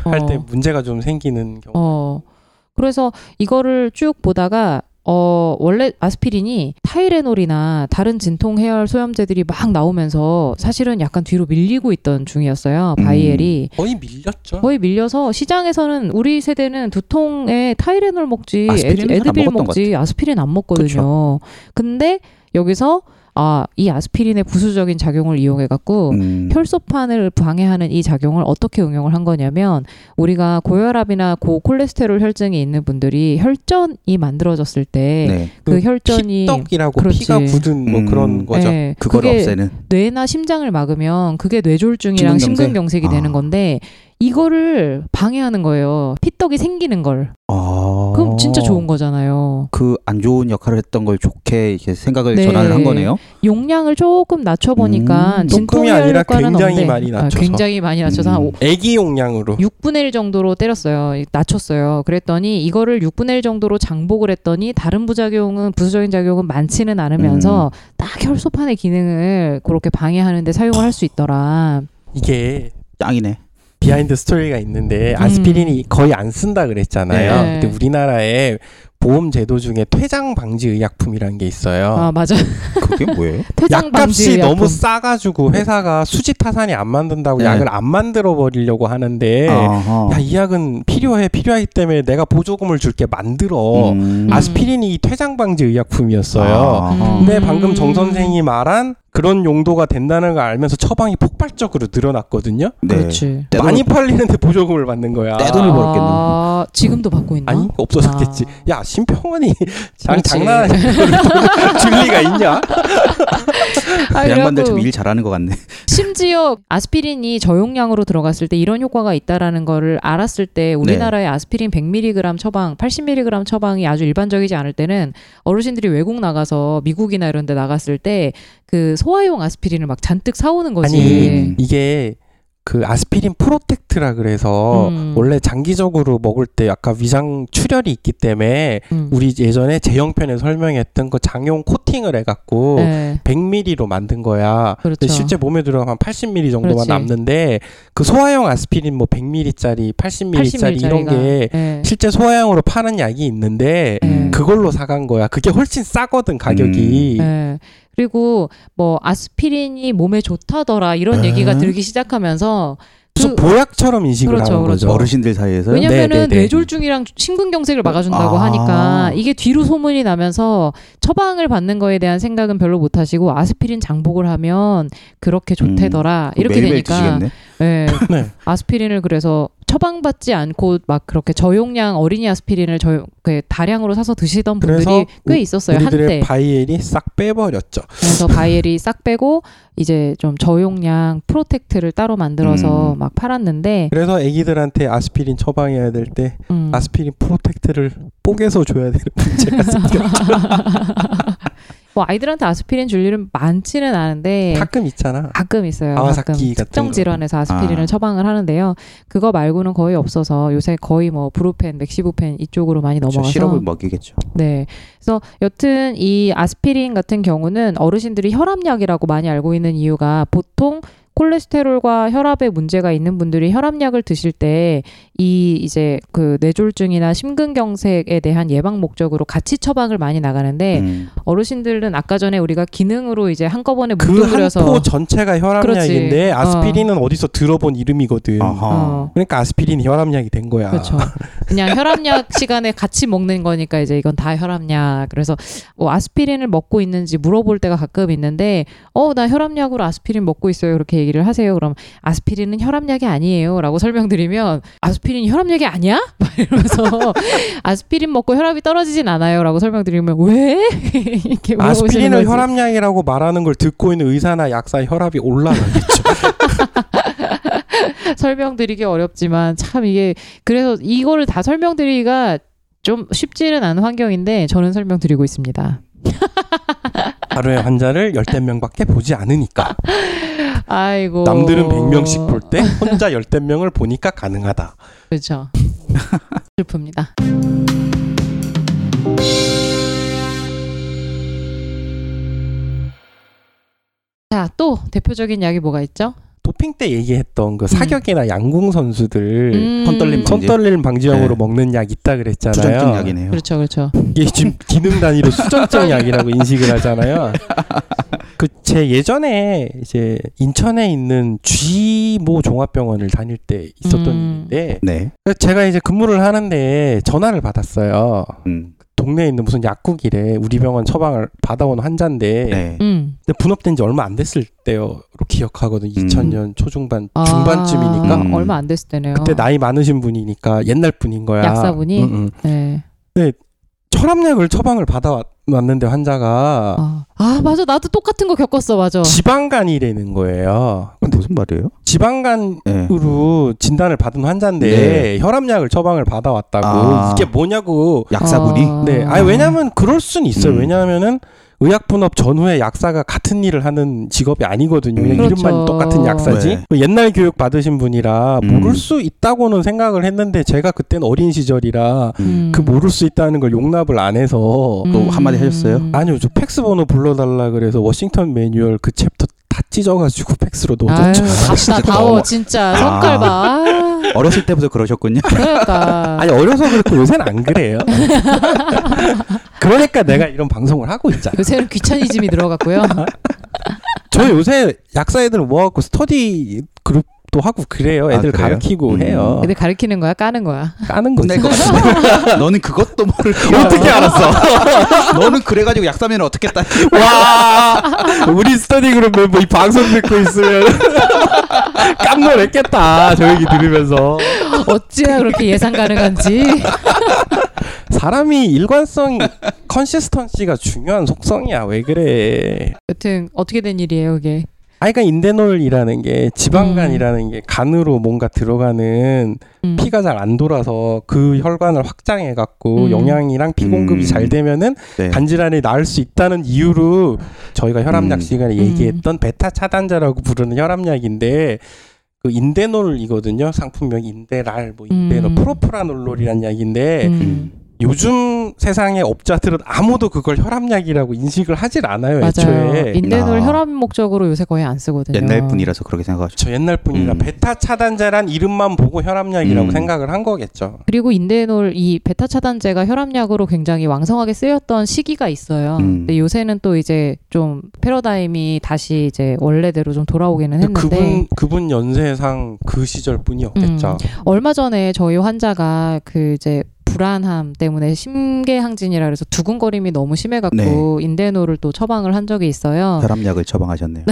[SPEAKER 2] 할 때
[SPEAKER 5] 아이고.
[SPEAKER 2] 문제가 좀 생기는 경우.
[SPEAKER 3] 어. 그래서 이거를 쭉 보다가 어 원래 아스피린이 타이레놀이나 다른 진통 해열 소염제들이 막 나오면서 사실은 약간 뒤로 밀리고 있던 중이었어요.
[SPEAKER 5] 음.
[SPEAKER 3] 바이엘이
[SPEAKER 2] 거의 밀렸죠.
[SPEAKER 3] 거의 밀려서 시장에서는 우리 세대는 두통에 타이레놀 먹지
[SPEAKER 5] 아스피린은
[SPEAKER 3] 에-
[SPEAKER 5] 잘안
[SPEAKER 3] 에드빌
[SPEAKER 5] 먹었던 것
[SPEAKER 3] 먹지 아스피린 안 먹거든요. 근데 여기서 아 이 아스피린의 부수적인 작용을 이용해 갖고
[SPEAKER 5] 음.
[SPEAKER 3] 혈소판을 방해하는 이 작용을 어떻게 응용을 한 거냐면 우리가 고혈압이나 고콜레스테롤 혈증이 있는 분들이 혈전이 만들어졌을 때 그
[SPEAKER 5] 네.
[SPEAKER 2] 그
[SPEAKER 3] 혈전이
[SPEAKER 2] 피떡이라고
[SPEAKER 3] 그렇지.
[SPEAKER 2] 피가 굳은 뭐
[SPEAKER 5] 음.
[SPEAKER 2] 그런 거죠.
[SPEAKER 3] 예,
[SPEAKER 5] 그걸
[SPEAKER 3] 그게
[SPEAKER 5] 없애는
[SPEAKER 3] 뇌나 심장을 막으면 그게 뇌졸중이랑
[SPEAKER 5] 심근경색?
[SPEAKER 3] 심근경색이 되는
[SPEAKER 5] 아.
[SPEAKER 3] 건데 이거를 방해하는 거예요. 피떡이 생기는 걸.
[SPEAKER 5] 아.
[SPEAKER 3] 그럼 진짜 좋은 거잖아요.
[SPEAKER 5] 그안 좋은 역할을 했던 걸 좋게 이렇게 생각을
[SPEAKER 3] 네.
[SPEAKER 5] 전환을 한 거네요.
[SPEAKER 3] 용량을 조금 낮춰보니까
[SPEAKER 2] 조금이
[SPEAKER 5] 음,
[SPEAKER 3] 진통혈
[SPEAKER 2] 아니라
[SPEAKER 3] 효과는
[SPEAKER 2] 굉장히
[SPEAKER 3] 없는데
[SPEAKER 2] 많이
[SPEAKER 3] 아,
[SPEAKER 2] 낮춰서.
[SPEAKER 3] 굉장히 많이 낮춰서 한
[SPEAKER 5] 음.
[SPEAKER 3] 오-
[SPEAKER 2] 애기 용량으로.
[SPEAKER 3] 6분의 1 정도로 때렸어요. 낮췄어요. 그랬더니 이거를 6분의 1 정도로 장복을 했더니 다른 부작용은 부수적인 작용은 많지는 않으면서 딱 혈소판의 기능을 그렇게 방해하는데 사용을 할 수 있더라.
[SPEAKER 2] 이게
[SPEAKER 5] 짱이네.
[SPEAKER 2] 비하인드 스토리가 있는데 아스피린이 거의 안 쓴다 그랬잖아요.
[SPEAKER 3] 음. 네.
[SPEAKER 2] 근데 우리나라에 보험 제도 중에 퇴장 방지 의약품이라는 게 있어요.
[SPEAKER 3] 아 맞아.
[SPEAKER 5] 그게 뭐예요?
[SPEAKER 3] 퇴장 방지
[SPEAKER 2] 약값이
[SPEAKER 3] 약품. 네.
[SPEAKER 2] 너무 싸가지고 회사가 수지 타산이 안 만든다고
[SPEAKER 5] 네.
[SPEAKER 2] 약을 안 만들어 버리려고 하는데
[SPEAKER 5] 아하.
[SPEAKER 2] 야, 이 약은 필요해 필요하기 때문에 내가 보조금을 줄게 만들어
[SPEAKER 5] 음.
[SPEAKER 2] 아스피린이 이 퇴장 방지 의약품이었어요.
[SPEAKER 5] 아하.
[SPEAKER 3] 음.
[SPEAKER 2] 근데 방금 정 선생이 말한 그런 용도가 된다는 걸 알면서 처방이 폭발적으로 늘어났거든요.
[SPEAKER 5] 네.
[SPEAKER 3] 그렇지.
[SPEAKER 5] 떼돈을-
[SPEAKER 2] 많이 팔리는데 보조금을 받는 거야.
[SPEAKER 5] 떼돈을 돈을 벌었겠네.
[SPEAKER 3] 아, 지금도 받고 있나?
[SPEAKER 2] 뭐? 아니 없어졌겠지.
[SPEAKER 3] 아.
[SPEAKER 2] 야 심평원이 장,
[SPEAKER 3] 그렇지.
[SPEAKER 2] 장난하는 진리가 있냐?
[SPEAKER 3] 아,
[SPEAKER 5] 그 양반들
[SPEAKER 3] 그래갖고
[SPEAKER 5] 참 일 잘하는 것 같네.
[SPEAKER 3] 심지어 아스피린이 저용량으로 들어갔을 때 이런 효과가 있다라는 거를 알았을 때 우리나라의 아스피린 100mg 처방, 80mg 처방이 아주 일반적이지 않을 때는 어르신들이 외국 나가서 미국이나 이런 데 나갔을 때 그 소화용 아스피린을 막 잔뜩 사오는 거지. 음.
[SPEAKER 2] 아니, 이게 그 아스피린 프로텍트라 그래서
[SPEAKER 3] 음.
[SPEAKER 2] 어, 원래 장기적으로 먹을 때 약간 위장 출혈이 있기 때문에
[SPEAKER 3] 음.
[SPEAKER 2] 우리 예전에 재영편에 설명했던 거 장용 코팅을 해갖고
[SPEAKER 3] 네.
[SPEAKER 2] 100ml로 만든 거야. 근데
[SPEAKER 3] 그렇죠.
[SPEAKER 2] 실제 몸에 들어가면 80ml 정도만
[SPEAKER 3] 그렇지.
[SPEAKER 2] 남는데 그 소화용 아스피린 뭐 100ml짜리, 80ml짜리
[SPEAKER 3] 80ml
[SPEAKER 2] 이런
[SPEAKER 3] 짜리가.
[SPEAKER 2] 게
[SPEAKER 3] 네.
[SPEAKER 2] 실제 소화용으로 파는 약이 있는데
[SPEAKER 5] 음.
[SPEAKER 3] 네.
[SPEAKER 2] 그걸로 사간 거야. 그게 훨씬 싸거든 가격이.
[SPEAKER 3] 예. 그리고 뭐 아스피린이 몸에 좋다더라 이런
[SPEAKER 2] 에?
[SPEAKER 3] 얘기가 들기 시작하면서
[SPEAKER 2] 무슨
[SPEAKER 3] 그-
[SPEAKER 2] 보약처럼 인식을
[SPEAKER 3] 그렇죠,
[SPEAKER 2] 하는
[SPEAKER 3] 그렇죠.
[SPEAKER 2] 거죠.
[SPEAKER 5] 어르신들 사이에서
[SPEAKER 2] 왜냐-
[SPEAKER 3] 왜냐면은
[SPEAKER 2] 네, 네, 네.
[SPEAKER 3] 뇌졸중이랑 심근경색을 막아준다고
[SPEAKER 5] 아.
[SPEAKER 3] 하니까 이게 뒤로 소문이 나면서 처방을 받는 거에 대한 생각은 별로 못 하시고 아스피린 장복을 하면 그렇게 좋대더라 이렇게
[SPEAKER 5] 어, 매일매일
[SPEAKER 3] 되니까
[SPEAKER 5] 드시겠네.
[SPEAKER 3] 예,
[SPEAKER 2] 네.
[SPEAKER 3] 아스피린을 그래서 처방받지 않고 막 그렇게 저용량 어린이 아스피린을 저 다량으로 사서 드시던 분들이
[SPEAKER 2] 그래서
[SPEAKER 3] 꽤 있었어요
[SPEAKER 2] 우리들의
[SPEAKER 3] 한때
[SPEAKER 2] 바이엘이 싹 빼버렸죠.
[SPEAKER 3] 그래서 바이엘이 싹 빼고 이제 좀 저용량 프로텍트를 따로 만들어서
[SPEAKER 5] 음.
[SPEAKER 3] 막 팔았는데
[SPEAKER 2] 그래서 아기들한테 아스피린 처방해야 될 때
[SPEAKER 3] 음. 아,
[SPEAKER 2] 아스피린 프로텍트를 뽀개서 줘야 되는 문제가 생겨.
[SPEAKER 3] 뭐 아이들한테 아스피린 줄 일은 많지는 않은데
[SPEAKER 2] 가끔 있잖아.
[SPEAKER 3] 가끔 있어요.
[SPEAKER 2] 아와사키
[SPEAKER 3] 가끔
[SPEAKER 2] 같은
[SPEAKER 3] 특정
[SPEAKER 2] 거.
[SPEAKER 3] 질환에서 아스피린을
[SPEAKER 5] 아.
[SPEAKER 3] 처방을 하는데요. 그거 말고는 거의 없어서 요새 거의 뭐 브루펜, 맥시부펜 이쪽으로 많이
[SPEAKER 5] 그렇죠.
[SPEAKER 3] 넘어가서
[SPEAKER 5] 시럽을 먹이겠죠.
[SPEAKER 3] 네. 그래서 여튼 이 아스피린 같은 경우는 어르신들이 혈압약이라고 많이 알고 있는 이유가 보통 콜레스테롤과 혈압에 문제가 있는 분들이 혈압약을 드실 때 이 이제 그 뇌졸중이나 심근경색에 대한 예방 목적으로 같이 처방을 많이 나가는데
[SPEAKER 5] 음.
[SPEAKER 3] 어르신들은 아까 전에 우리가 기능으로 이제 한꺼번에
[SPEAKER 2] 그 한
[SPEAKER 3] 뭉뚱그려서
[SPEAKER 2] 포 전체가 혈압약인데
[SPEAKER 3] 그렇지.
[SPEAKER 2] 아스피린은 어. 디서 들어본 이름이거든.
[SPEAKER 5] 아하.
[SPEAKER 3] 어.
[SPEAKER 2] 그러니까 아스피린이 혈압약이 된 거야.
[SPEAKER 3] 그렇죠. 그냥 혈압약 시간에 같이 먹는 거니까 이제 이건 다 혈압약. 그래서 뭐 아스피린을 먹고 있는지 물어볼 때가 가끔 있는데 어 나 혈압약으로 아스피린 먹고 있어요. 그렇게 얘기를 하세요. 그럼 아스피린은 혈압약이 아니에요라고 설명드리면 아스피린 이 혈압약이 아니야? 막 이러면서 아스피린 먹고 혈압이 떨어지진 않아요라고 설명드리면 왜? 이렇게 물어보시는
[SPEAKER 2] 아스피린을
[SPEAKER 3] 거지.
[SPEAKER 2] 혈압약이라고 말하는 걸 듣고 있는 의사나 약사의 혈압이 올라가겠죠.
[SPEAKER 3] 설명드리기 어렵지만 참 이게 그래서 이거를 다 설명드리기가 좀 쉽지는 않은 환경인데 저는 설명드리고 있습니다.
[SPEAKER 2] 하루에 환자를 열댓 명밖에 보지 않으니까
[SPEAKER 3] 아이고
[SPEAKER 2] 남들은
[SPEAKER 5] 어.
[SPEAKER 2] 100명씩 볼 때 혼자 열댓 명을 보니까 가능하다.
[SPEAKER 3] 그렇죠. 슬픕니다. 자 또 대표적인 약이 뭐가 있죠?
[SPEAKER 2] 도핑 때 얘기했던
[SPEAKER 5] 음.
[SPEAKER 2] 그 사격이나 양궁 선수들
[SPEAKER 3] 음,
[SPEAKER 5] 손떨림 방지.
[SPEAKER 2] 손떨림 방지용으로
[SPEAKER 5] 네.
[SPEAKER 2] 먹는 약 있다 그랬잖아요.
[SPEAKER 5] 추정증 약이네요.
[SPEAKER 3] 그렇죠, 그렇죠.
[SPEAKER 2] 이게 지금 기능 단위로 수정증 약이라고 인식을 하잖아요. 그 제 예전에 이제 인천에 있는 쥐모 종합병원을 다닐 때 있었던
[SPEAKER 3] 음.
[SPEAKER 2] 일인데 그
[SPEAKER 5] 네.
[SPEAKER 2] 제가 이제 근무를 하는데 전화를 받았어요.
[SPEAKER 5] 음.
[SPEAKER 2] 동네에 있는 무슨 약국이래 우리 병원 처방을 받아온 환자인데
[SPEAKER 5] 네.
[SPEAKER 3] 음,
[SPEAKER 2] 근데 분업된 지 얼마 안 됐을 때로 기억하거든. 2000년 초중반
[SPEAKER 3] 아,
[SPEAKER 2] 중반쯤이니까
[SPEAKER 5] 음.
[SPEAKER 3] 얼마 안 됐을 때네요.
[SPEAKER 2] 그때 나이 아, 음, 많으신 분이니까 옛날 분인 거야.
[SPEAKER 3] 약사분이?
[SPEAKER 2] 응, 응.
[SPEAKER 3] 네.
[SPEAKER 2] 철암약을 처방을 받아왔는데 환자가
[SPEAKER 3] 아, 아 맞아 나도 똑같은 거 겪었어 맞아.
[SPEAKER 2] 지방간이라는 거예요. 근데
[SPEAKER 5] 무슨 말이에요?
[SPEAKER 2] 지방간으로
[SPEAKER 5] 네.
[SPEAKER 2] 진단을 받은 환자인데 혈압약을 처방을 받아왔다고
[SPEAKER 5] 아.
[SPEAKER 2] 이게 뭐냐고.
[SPEAKER 5] 약사분이
[SPEAKER 3] 아.
[SPEAKER 2] 네, 아니 왜냐면 그럴 순 있어요.
[SPEAKER 5] 음.
[SPEAKER 2] 왜냐하면은 의약분업 전후에 약사가 같은 일을 하는 직업이 아니거든요. 그냥
[SPEAKER 5] 음.
[SPEAKER 2] 이름만
[SPEAKER 3] 그렇죠.
[SPEAKER 2] 똑같은 약사지.
[SPEAKER 5] 네.
[SPEAKER 2] 그 옛날 교육 받으신 분이라
[SPEAKER 5] 음.
[SPEAKER 2] 모를 수 있다고는 생각을 했는데 제가 그땐 어린 시절이라
[SPEAKER 3] 음.
[SPEAKER 2] 그 모를 수 있다는 걸 용납을 안 해서
[SPEAKER 5] 또 한마디 하셨어요?
[SPEAKER 2] 아니요, 저 팩스 번호 불러달라 그래서 워싱턴 매뉴얼 그 챕터 다 찢어가지고 팩스로 넣어줬죠.
[SPEAKER 3] 답다 다워 진짜 성깔 봐. 아,
[SPEAKER 5] 어렸을 때부터 그러셨군요.
[SPEAKER 3] 그러니까.
[SPEAKER 2] 아니 어려서 그렇고 요새는 안 그래요. 그러니까 내가 이런 방송을 하고 있잖아.
[SPEAKER 3] 그 요새는 귀차니즘이 들어갔고요.
[SPEAKER 2] 저 요새 약사 애들 모아갖고 스터디 그룹도 하고 그래요.
[SPEAKER 5] 아,
[SPEAKER 2] 애들
[SPEAKER 5] 그래요?
[SPEAKER 2] 가르치고
[SPEAKER 5] 음.
[SPEAKER 2] 해요.
[SPEAKER 3] 근데 가르키는 거야, 까는 거야.
[SPEAKER 2] 까는 거지.
[SPEAKER 5] 끝날 것 같은데. 너는 그것도 모를 거야.
[SPEAKER 2] 어떻게
[SPEAKER 5] 알았어? 너는 그래가지고 약사면 어떻겠다.
[SPEAKER 2] 와, 우리 스터디 그룹 멤버 이 방송 듣고 있으면 깜놀했겠다. 저 얘기 들으면서
[SPEAKER 3] 어찌나 그렇게 예상 가능한지.
[SPEAKER 2] 사람이 일관성, 컨시스턴시가 중요한 속성이야. 왜 그래?
[SPEAKER 3] 여튼 어떻게 된 일이에요, 이게.
[SPEAKER 2] 아, 그러니까 인데놀이라는 게 지방간이라는 게 간으로 뭔가 들어가는
[SPEAKER 3] 음.
[SPEAKER 2] 피가 잘 안 돌아서 그 혈관을 확장해 갖고
[SPEAKER 3] 음.
[SPEAKER 2] 영양이랑 피 공급이
[SPEAKER 5] 음.
[SPEAKER 2] 잘 되면은
[SPEAKER 5] 네.
[SPEAKER 2] 간 질환이 나을 수 있다는 이유로 저희가 혈압약
[SPEAKER 5] 음.
[SPEAKER 2] 시간에 얘기했던 베타 차단제라고 부르는 혈압약인데 그 인데놀이거든요. 상품명이 인데랄 뭐 인데놀
[SPEAKER 3] 음.
[SPEAKER 2] 프로프라놀롤이라는 약인데
[SPEAKER 3] 음.
[SPEAKER 2] 요즘 세상의 업자들은 아무도 그걸 혈압약이라고 인식을 하질 않아요.
[SPEAKER 3] 맞아요.
[SPEAKER 2] 애초에.
[SPEAKER 3] 인대놀
[SPEAKER 5] 아.
[SPEAKER 3] 혈압 목적으로 요새 거의 안 쓰거든요.
[SPEAKER 5] 옛날 분이라서 그렇게 생각하죠.
[SPEAKER 2] 저 옛날 분이라
[SPEAKER 5] 음.
[SPEAKER 2] 베타 차단제란 이름만 보고 혈압약이라고
[SPEAKER 5] 음.
[SPEAKER 2] 생각을 한 거겠죠.
[SPEAKER 3] 그리고 인데놀 이 베타 차단제가 혈압약으로 굉장히 왕성하게 쓰였던 시기가 있어요.
[SPEAKER 5] 음.
[SPEAKER 3] 근데 요새는 또 이제 좀 패러다임이 다시 이제 원래대로 좀 돌아오기는
[SPEAKER 2] 근데
[SPEAKER 3] 했는데
[SPEAKER 2] 그분 그분 연세상 그 시절뿐이었겠죠.
[SPEAKER 3] 얼마 전에 저희 환자가 그 이제 불안함 때문에 심계항진이라 그래서 두근거림이 너무 심해갖고
[SPEAKER 5] 네.
[SPEAKER 3] 인데놀을 또 처방을 한 적이 있어요.
[SPEAKER 5] 혈압약을 처방하셨네요.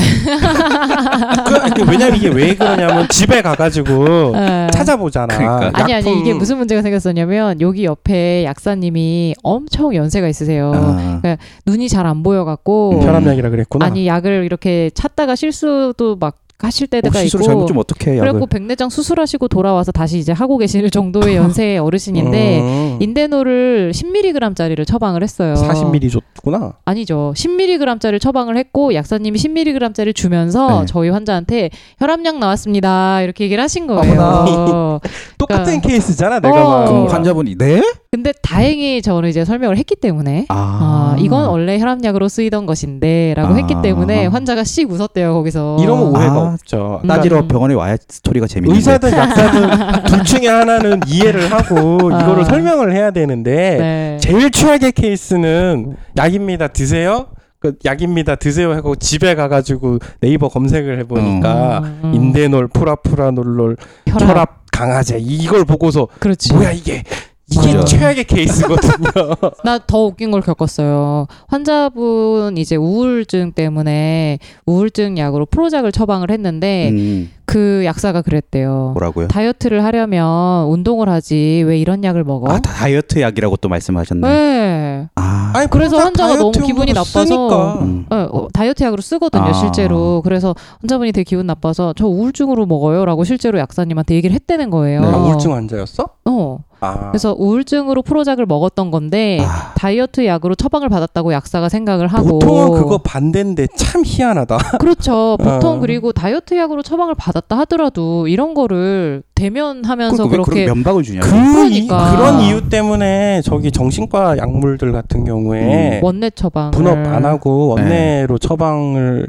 [SPEAKER 2] 그- 그 왜냐면 이게 왜 그러냐면 집에 가가지고
[SPEAKER 3] 예.
[SPEAKER 2] 찾아보잖아.
[SPEAKER 5] 그러니까.
[SPEAKER 3] 아니 아니
[SPEAKER 2] 약품-
[SPEAKER 3] 이게 무슨 문제가 생겼었냐면 여기 옆에 약사님이 엄청 연세가 있으세요.
[SPEAKER 5] 아,
[SPEAKER 3] 눈이 잘 안 보여갖고
[SPEAKER 5] 음.
[SPEAKER 2] 혈압약이라 그랬구나.
[SPEAKER 3] 아니 약을 이렇게 찾다가 실수도 막 하실 때가
[SPEAKER 5] 혹시
[SPEAKER 3] 있고
[SPEAKER 5] 수술 잘못 좀 어떻게 해요?
[SPEAKER 3] 그래갖고 백내장 수술하시고 돌아와서 다시 이제 하고 계실 정도의
[SPEAKER 5] 아.
[SPEAKER 3] 연세의 어르신인데
[SPEAKER 2] 음.
[SPEAKER 3] 인데놀을 10mg짜리를 처방을 했어요.
[SPEAKER 2] 40ml 줬구나.
[SPEAKER 3] 아니죠. 10mg짜리를 처방을 했고 약사님이 10mg짜리를 주면서
[SPEAKER 5] 네.
[SPEAKER 3] 저희 환자한테 혈압약 나왔습니다. 이렇게 얘기를 하신 거예요.
[SPEAKER 2] 어머나. 똑같은
[SPEAKER 3] 그러니까.
[SPEAKER 2] 케이스잖아, 내가
[SPEAKER 3] 어.
[SPEAKER 2] 막.
[SPEAKER 5] 환자분이 네?
[SPEAKER 3] 근데 다행히 저는 이제 설명을 했기 때문에 아, 이건 원래 혈압약으로 쓰이던 것인데라고
[SPEAKER 5] 아.
[SPEAKER 3] 했기 때문에 환자가 씩 웃었대요 거기서.
[SPEAKER 2] 이러면 오해가
[SPEAKER 5] 아,
[SPEAKER 2] 없죠. 그러니까
[SPEAKER 3] 음.
[SPEAKER 5] 따지러 병원에 와야 스토리가 재밌는데.
[SPEAKER 2] 의사든 약사든 둘 중에 하나는 이해를 하고
[SPEAKER 3] 아.
[SPEAKER 2] 이거를 설명을 해야 되는데
[SPEAKER 3] 네.
[SPEAKER 2] 제일 최악의 케이스는 약입니다 드세요. 그 약입니다 드세요 하고 집에 가가지고 네이버 검색을 해보니까
[SPEAKER 3] 음,
[SPEAKER 2] 인데놀, 프라프라놀롤,
[SPEAKER 3] 혈압.
[SPEAKER 2] 혈압 강화제 이걸 보고서
[SPEAKER 3] 그렇지.
[SPEAKER 2] 뭐야 이게 이게
[SPEAKER 3] 맞아.
[SPEAKER 2] 최악의 케이스거든요.
[SPEAKER 3] 나 더 웃긴 걸 겪었어요. 환자분 이제 우울증 때문에 우울증 약으로 프로작을 처방을 했는데
[SPEAKER 5] 음,
[SPEAKER 3] 그 약사가 그랬대요.
[SPEAKER 5] 뭐라고요?
[SPEAKER 3] 다이어트를 하려면 운동을 하지 왜 이런 약을 먹어?
[SPEAKER 5] 아 다이어트 약이라고 또 말씀하셨네.
[SPEAKER 3] 뭐? 네.
[SPEAKER 5] 아,
[SPEAKER 2] 아니,
[SPEAKER 3] 그래서
[SPEAKER 2] 혼자
[SPEAKER 3] 환자가 너무
[SPEAKER 2] 다이어트
[SPEAKER 3] 기분이
[SPEAKER 2] 용으로
[SPEAKER 3] 나빠서
[SPEAKER 2] 쓰니까.
[SPEAKER 5] 음.
[SPEAKER 3] 어, 어, 다이어트 약으로 쓰거든요,
[SPEAKER 5] 아.
[SPEAKER 3] 실제로. 그래서 환자분이 되게 기분 나빠서 저 우울증으로 먹어요. 라고 실제로 약사님한테 얘기를 했다는 거예요.
[SPEAKER 5] 네.
[SPEAKER 2] 아, 우울증 환자였어?
[SPEAKER 3] 어.
[SPEAKER 2] 아.
[SPEAKER 3] 그래서 우울증으로 프로작을 먹었던 건데
[SPEAKER 5] 아,
[SPEAKER 3] 다이어트 약으로 처방을 받았다고 약사가 생각을 하고
[SPEAKER 2] 보통은 그거 반대인데 참 희한하다.
[SPEAKER 3] 그렇죠. 보통
[SPEAKER 2] 어.
[SPEAKER 3] 그리고 다이어트 약으로 처방을 받았다 하더라도 이런 거를 대면하면서
[SPEAKER 5] 그걸 왜 그런
[SPEAKER 3] 그렇게
[SPEAKER 5] 면박을 음, 주냐?
[SPEAKER 2] 그
[SPEAKER 3] 그러니까.
[SPEAKER 2] 이, 그런 이유 때문에 저기 정신과 약물들 같은 경우에
[SPEAKER 5] 음.
[SPEAKER 3] 원내 처방
[SPEAKER 2] 분업 안 하고 원내로 처방을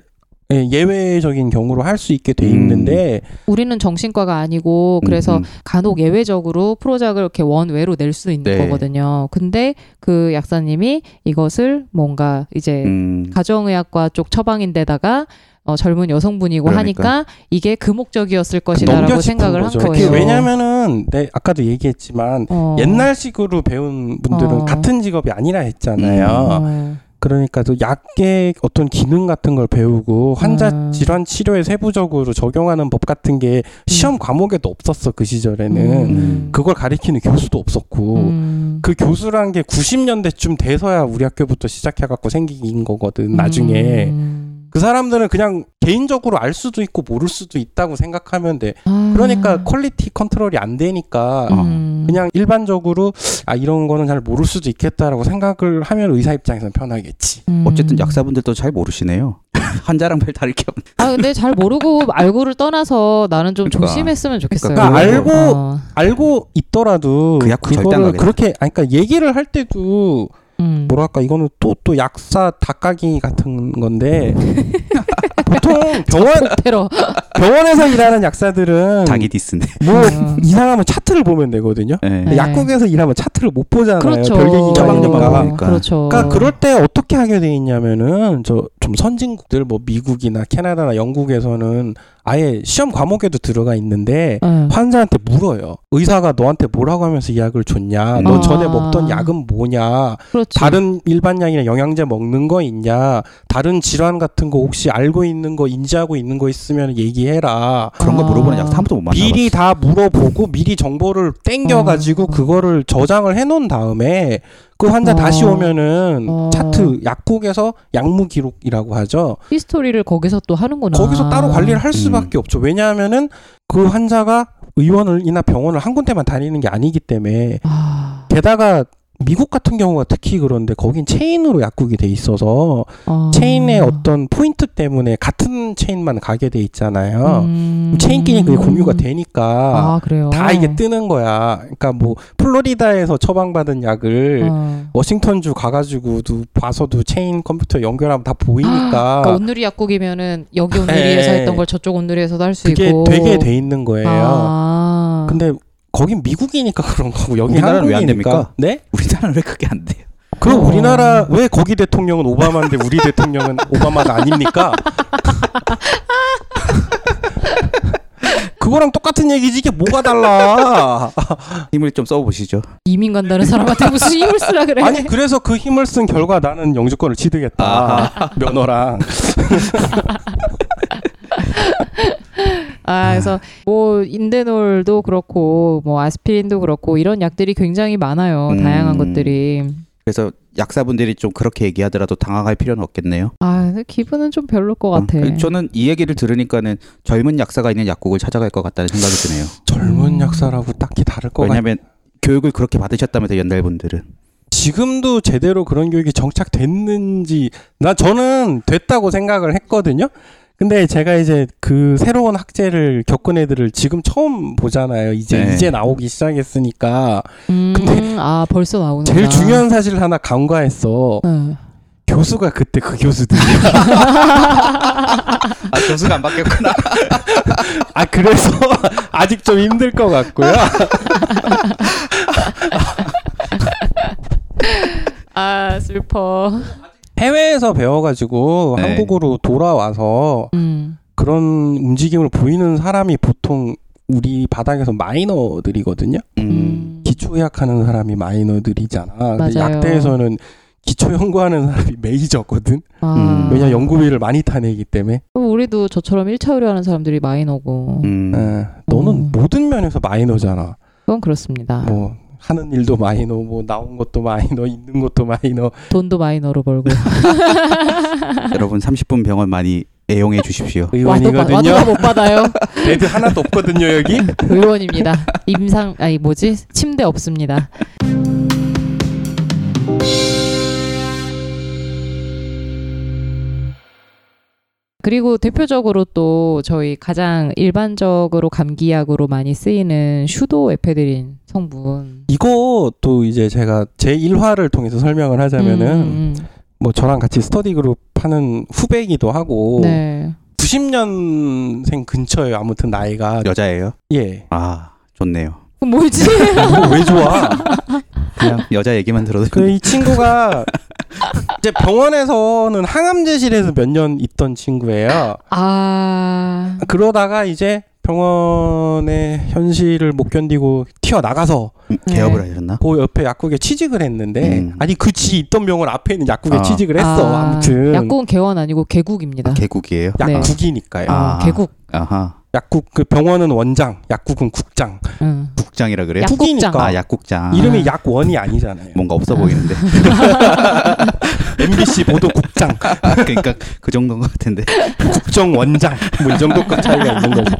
[SPEAKER 2] 예, 예외적인 경우로 할 수 있게 돼
[SPEAKER 5] 음.
[SPEAKER 2] 있는데
[SPEAKER 3] 우리는 정신과가 아니고 그래서
[SPEAKER 5] 음,
[SPEAKER 3] 간혹 예외적으로 프로작을 이렇게 원외로 낼 수 있는
[SPEAKER 5] 네.
[SPEAKER 3] 거거든요. 근데 그 약사님이 이것을 뭔가 이제
[SPEAKER 5] 음,
[SPEAKER 3] 가정의학과 쪽 처방인데다가 어, 젊은 여성분이고
[SPEAKER 5] 그러니까.
[SPEAKER 3] 하니까 이게 그 목적이었을
[SPEAKER 2] 넘겨
[SPEAKER 3] 것이다라고
[SPEAKER 2] 짚은
[SPEAKER 3] 생각을 한
[SPEAKER 2] 거죠.
[SPEAKER 3] 거예요.
[SPEAKER 2] 그게 왜냐면은 내 아까도 얘기했지만
[SPEAKER 3] 어.
[SPEAKER 2] 옛날식으로 배운 분들은
[SPEAKER 3] 어.
[SPEAKER 2] 같은 직업이 아니라 했잖아요.
[SPEAKER 3] 어.
[SPEAKER 2] 그러니까 또 약의 어떤 기능 같은 걸 배우고 환자
[SPEAKER 3] 음.
[SPEAKER 2] 질환 치료에 세부적으로 적용하는 법 같은 게 시험 과목에도 없었어 그 시절에는
[SPEAKER 3] 음.
[SPEAKER 2] 그걸 가리키는 교수도 없었고
[SPEAKER 3] 음.
[SPEAKER 2] 그 교수란 게 90년대쯤 돼서야 우리 학교부터 시작해갖고 생긴 거거든 나중에
[SPEAKER 3] 음.
[SPEAKER 2] 그 사람들은 그냥 개인적으로 알 수도 있고 모를 수도 있다고 생각하면 돼
[SPEAKER 3] 아.
[SPEAKER 2] 그러니까 퀄리티 컨트롤이 안 되니까
[SPEAKER 3] 음.
[SPEAKER 2] 그냥 일반적으로 아 이런 거는 잘 모를 수도 있겠다라고 생각을 하면 의사 입장에서는 편하겠지
[SPEAKER 3] 음.
[SPEAKER 5] 어쨌든 약사분들도 잘 모르시네요. 환자랑 별 다를 게 없네.
[SPEAKER 3] 아 근데 잘 모르고 알고를 떠나서 나는 좀
[SPEAKER 5] 그러니까.
[SPEAKER 3] 조심했으면 좋겠어요.
[SPEAKER 5] 그러니까
[SPEAKER 2] 알고
[SPEAKER 3] 어.
[SPEAKER 2] 알고 있더라도
[SPEAKER 5] 그 약국 절대 안
[SPEAKER 2] 그거를
[SPEAKER 5] 가겠다.
[SPEAKER 2] 그렇게 아니 그러니까 얘기를 할 때도
[SPEAKER 3] 음.
[SPEAKER 2] 뭐랄까 이거는 또 또 약사 닭가기 같은 건데 보통 병원
[SPEAKER 3] 테러.
[SPEAKER 2] 병원에서 일하는 약사들은
[SPEAKER 5] 자기 디스네.
[SPEAKER 2] 뭐
[SPEAKER 3] 음.
[SPEAKER 2] 이상하면 차트를 보면 되거든요.
[SPEAKER 5] 네.
[SPEAKER 3] 네.
[SPEAKER 2] 약국에서 일하면 차트를 못 보잖아요.
[SPEAKER 3] 그렇죠.
[SPEAKER 2] 별개
[SPEAKER 5] 처방전만
[SPEAKER 2] 기관이니까.
[SPEAKER 5] 보니까.
[SPEAKER 3] 그렇죠.
[SPEAKER 2] 그러니까 그럴 때 어떻게 하게 돼 있냐면은 저 좀 선진국들 뭐 미국이나 캐나다나 영국에서는 아예 시험 과목에도 들어가 있는데
[SPEAKER 3] 예.
[SPEAKER 2] 환자한테 물어요. 의사가 너한테 뭐라고 하면서 약을 줬냐? 너
[SPEAKER 3] 아.
[SPEAKER 2] 전에 먹던 약은 뭐냐?
[SPEAKER 3] 그렇지.
[SPEAKER 2] 다른 일반 약이나 영양제 먹는 거 있냐? 다른 질환 같은 거 혹시 알고 있는 거 인지하고 있는 거 있으면 얘기해라.
[SPEAKER 5] 그런 거
[SPEAKER 3] 아.
[SPEAKER 5] 물어보는 약사 한 번도 못 만나봤어.
[SPEAKER 2] 미리 다 물어보고 미리 정보를 땡겨가지고
[SPEAKER 3] 어.
[SPEAKER 2] 그거를 저장을 해놓은 다음에 그 환자
[SPEAKER 3] 어.
[SPEAKER 2] 다시 오면은
[SPEAKER 3] 어.
[SPEAKER 2] 차트 약국에서 약무 기록이라고 하죠.
[SPEAKER 3] 히스토리를 거기서 또 하는구나.
[SPEAKER 2] 거기서
[SPEAKER 3] 아,
[SPEAKER 2] 따로 관리를
[SPEAKER 3] 음.
[SPEAKER 2] 할 수밖에 없죠. 왜냐하면은 그 환자가 의원을이나 병원을 한 군데만 다니는 게 아니기 때문에
[SPEAKER 3] 아,
[SPEAKER 2] 게다가 미국 같은 경우가 특히 그런데 거긴 체인으로 약국이 돼 있어서
[SPEAKER 3] 아.
[SPEAKER 2] 체인의 어떤 포인트 때문에 같은 체인만 가게 돼 있잖아요.
[SPEAKER 3] 음.
[SPEAKER 2] 체인끼리 그게 공유가 되니까
[SPEAKER 3] 아, 그래요.
[SPEAKER 2] 다 이게 뜨는 거야. 그러니까 뭐 플로리다에서 처방받은 약을
[SPEAKER 3] 어.
[SPEAKER 2] 워싱턴주 가가지고도 봐서도 체인 컴퓨터 연결하면 다 보이니까
[SPEAKER 3] 아, 그러니까 온누리 약국이면은 여기 온누리에서
[SPEAKER 2] 아. 예, 예.
[SPEAKER 3] 했던 걸 저쪽 온누리에서도 할 수
[SPEAKER 2] 그게
[SPEAKER 3] 있고.
[SPEAKER 2] 되게 돼 있는 거예요.
[SPEAKER 3] 아.
[SPEAKER 2] 근데 거긴 미국이니까 그런 거고 여기
[SPEAKER 5] 우리나라는
[SPEAKER 2] 한국이니까
[SPEAKER 5] 왜안 됩니까?
[SPEAKER 2] 네?
[SPEAKER 5] 우리나라는 왜 그게 안 돼요?
[SPEAKER 2] 그럼
[SPEAKER 3] 어.
[SPEAKER 2] 우리나라 왜 거기 대통령은 오바마인데 우리 대통령은 오바마가 아닙니까? 그거랑 똑같은 얘기지 이게 뭐가 달라?
[SPEAKER 5] 힘을 좀 써보시죠.
[SPEAKER 3] 이민 간다는 사람한테 무슨 힘을 쓰라 그래.
[SPEAKER 2] 아니 그래서 그 힘을 쓴 결과 나는 영주권을 취득했다 아. 면허랑
[SPEAKER 3] 아, 그래서 뭐 인데놀도 그렇고 뭐 아스피린도 그렇고 이런 약들이 굉장히 많아요.
[SPEAKER 5] 음.
[SPEAKER 3] 다양한 것들이.
[SPEAKER 5] 그래서 약사분들이 좀 그렇게 얘기하더라도 당황할 필요는 없겠네요.
[SPEAKER 3] 아, 근데 기분은 좀 별로일 것
[SPEAKER 5] 어,
[SPEAKER 3] 같아.
[SPEAKER 5] 저는 이 얘기를 들으니까는 젊은 약사가 있는 약국을 찾아갈 것 같다는 생각이 드네요.
[SPEAKER 2] 젊은 약사라고 딱히 다를 거 같아.
[SPEAKER 5] 왜냐하면 교육을 그렇게 받으셨다면서 연달 분들은
[SPEAKER 2] 지금도 제대로 그런 교육이 정착됐는지 나 저는 됐다고 생각을 했거든요. 근데 제가 이제 그 새로운 학제를 겪은 애들을 지금 처음 보잖아요. 이제
[SPEAKER 5] 네.
[SPEAKER 2] 이제 나오기 시작했으니까
[SPEAKER 3] 음,
[SPEAKER 2] 근데
[SPEAKER 3] 아 벌써 나오는 네.
[SPEAKER 2] 제일 중요한 사실을 하나 간과했어. 교수가 그때 그 교수들이.
[SPEAKER 5] 아 교수가 안 바뀌었구나.
[SPEAKER 2] 아 그래서 아직 좀 힘들 것 같고요.
[SPEAKER 3] 아 슬퍼.
[SPEAKER 2] 해외에서 배워가지고
[SPEAKER 5] 네.
[SPEAKER 2] 한국으로 돌아와서
[SPEAKER 3] 음.
[SPEAKER 2] 그런 움직임을 보이는 사람이 보통 우리 바닥에서 마이너들이거든요.
[SPEAKER 5] 음.
[SPEAKER 2] 기초의학하는 사람이 마이너들이잖아. 근데
[SPEAKER 3] 맞아요.
[SPEAKER 2] 약대에서는 기초 연구하는 사람이 메이저거든.
[SPEAKER 3] 아.
[SPEAKER 5] 음.
[SPEAKER 2] 왜냐 연구비를 많이 타내기 때문에.
[SPEAKER 3] 그럼 우리도 저처럼 1차 의료하는 사람들이 마이너고
[SPEAKER 5] 음.
[SPEAKER 2] 어, 너는
[SPEAKER 3] 음. 아.
[SPEAKER 2] 모든 면에서 마이너잖아.
[SPEAKER 3] 그건 그렇습니다.
[SPEAKER 2] 뭐 하는 일도 마이너, 뭐 나온 것도 마이너, 있는 것도 마이너.
[SPEAKER 3] 돈도 마이너로 벌고
[SPEAKER 5] 여러분 30분 병원 많이 애용해 주십시오.
[SPEAKER 3] 와도 바-
[SPEAKER 2] 의원이거든요.
[SPEAKER 3] 와도가 못 받아요.
[SPEAKER 2] 데드 하나도 없거든요 여기.
[SPEAKER 3] 의원입니다. 임상 아니 뭐지 침대 없습니다. 그리고 대표적으로 또 저희 가장 일반적으로 감기약으로 많이 쓰이는 슈도 에페드린 성분.
[SPEAKER 2] 이거 또 이제 제가 제 일화를 통해서 설명을 하자면은
[SPEAKER 3] 음,
[SPEAKER 2] 뭐 저랑 같이 스터디 그룹 하는 후배이기도 하고
[SPEAKER 3] 음. 네.
[SPEAKER 2] 90년생 근처에 아무튼 나이가
[SPEAKER 5] 여자예요?
[SPEAKER 2] 예.
[SPEAKER 5] 아 좋네요.
[SPEAKER 3] 그럼 뭐지?
[SPEAKER 2] 이거 왜 좋아?
[SPEAKER 5] 그냥 여자 얘기만 들어도
[SPEAKER 2] 그 이 친구가 이제 병원에서는 항암제실에서 몇 년 있던 친구예요.
[SPEAKER 3] 아.
[SPEAKER 2] 그러다가 이제 병원의 현실을 못 견디고 튀어나가서
[SPEAKER 5] 음,
[SPEAKER 3] 네.
[SPEAKER 5] 개업을 하셨나?
[SPEAKER 2] 그 옆에 약국에 취직을 했는데
[SPEAKER 5] 음.
[SPEAKER 2] 아니 그 지 있던 병원 앞에 있는 약국에
[SPEAKER 5] 아.
[SPEAKER 2] 취직을 했어
[SPEAKER 3] 아,
[SPEAKER 2] 아무튼
[SPEAKER 3] 약국은 개원 아니고 개국입니다.
[SPEAKER 5] 개국이에요?
[SPEAKER 3] 네.
[SPEAKER 2] 국이니까요
[SPEAKER 3] 아,
[SPEAKER 5] 아.
[SPEAKER 3] 개국.
[SPEAKER 5] 아하
[SPEAKER 2] 약국 그 병원은 원장 약국은 국장
[SPEAKER 3] 응.
[SPEAKER 5] 국장이라 그래요?
[SPEAKER 3] 약-
[SPEAKER 2] 국이니까
[SPEAKER 3] 국장.
[SPEAKER 5] 아 뭐. 약국장.
[SPEAKER 2] 이름이 약원이 아니잖아요
[SPEAKER 5] 뭔가 없어 보이는데.
[SPEAKER 2] MBC 보도국장
[SPEAKER 5] 그러니까 그 정도인 것 같은데.
[SPEAKER 3] 네.
[SPEAKER 2] 국정원장 뭐 이 정도까지 차이가 있는 거죠.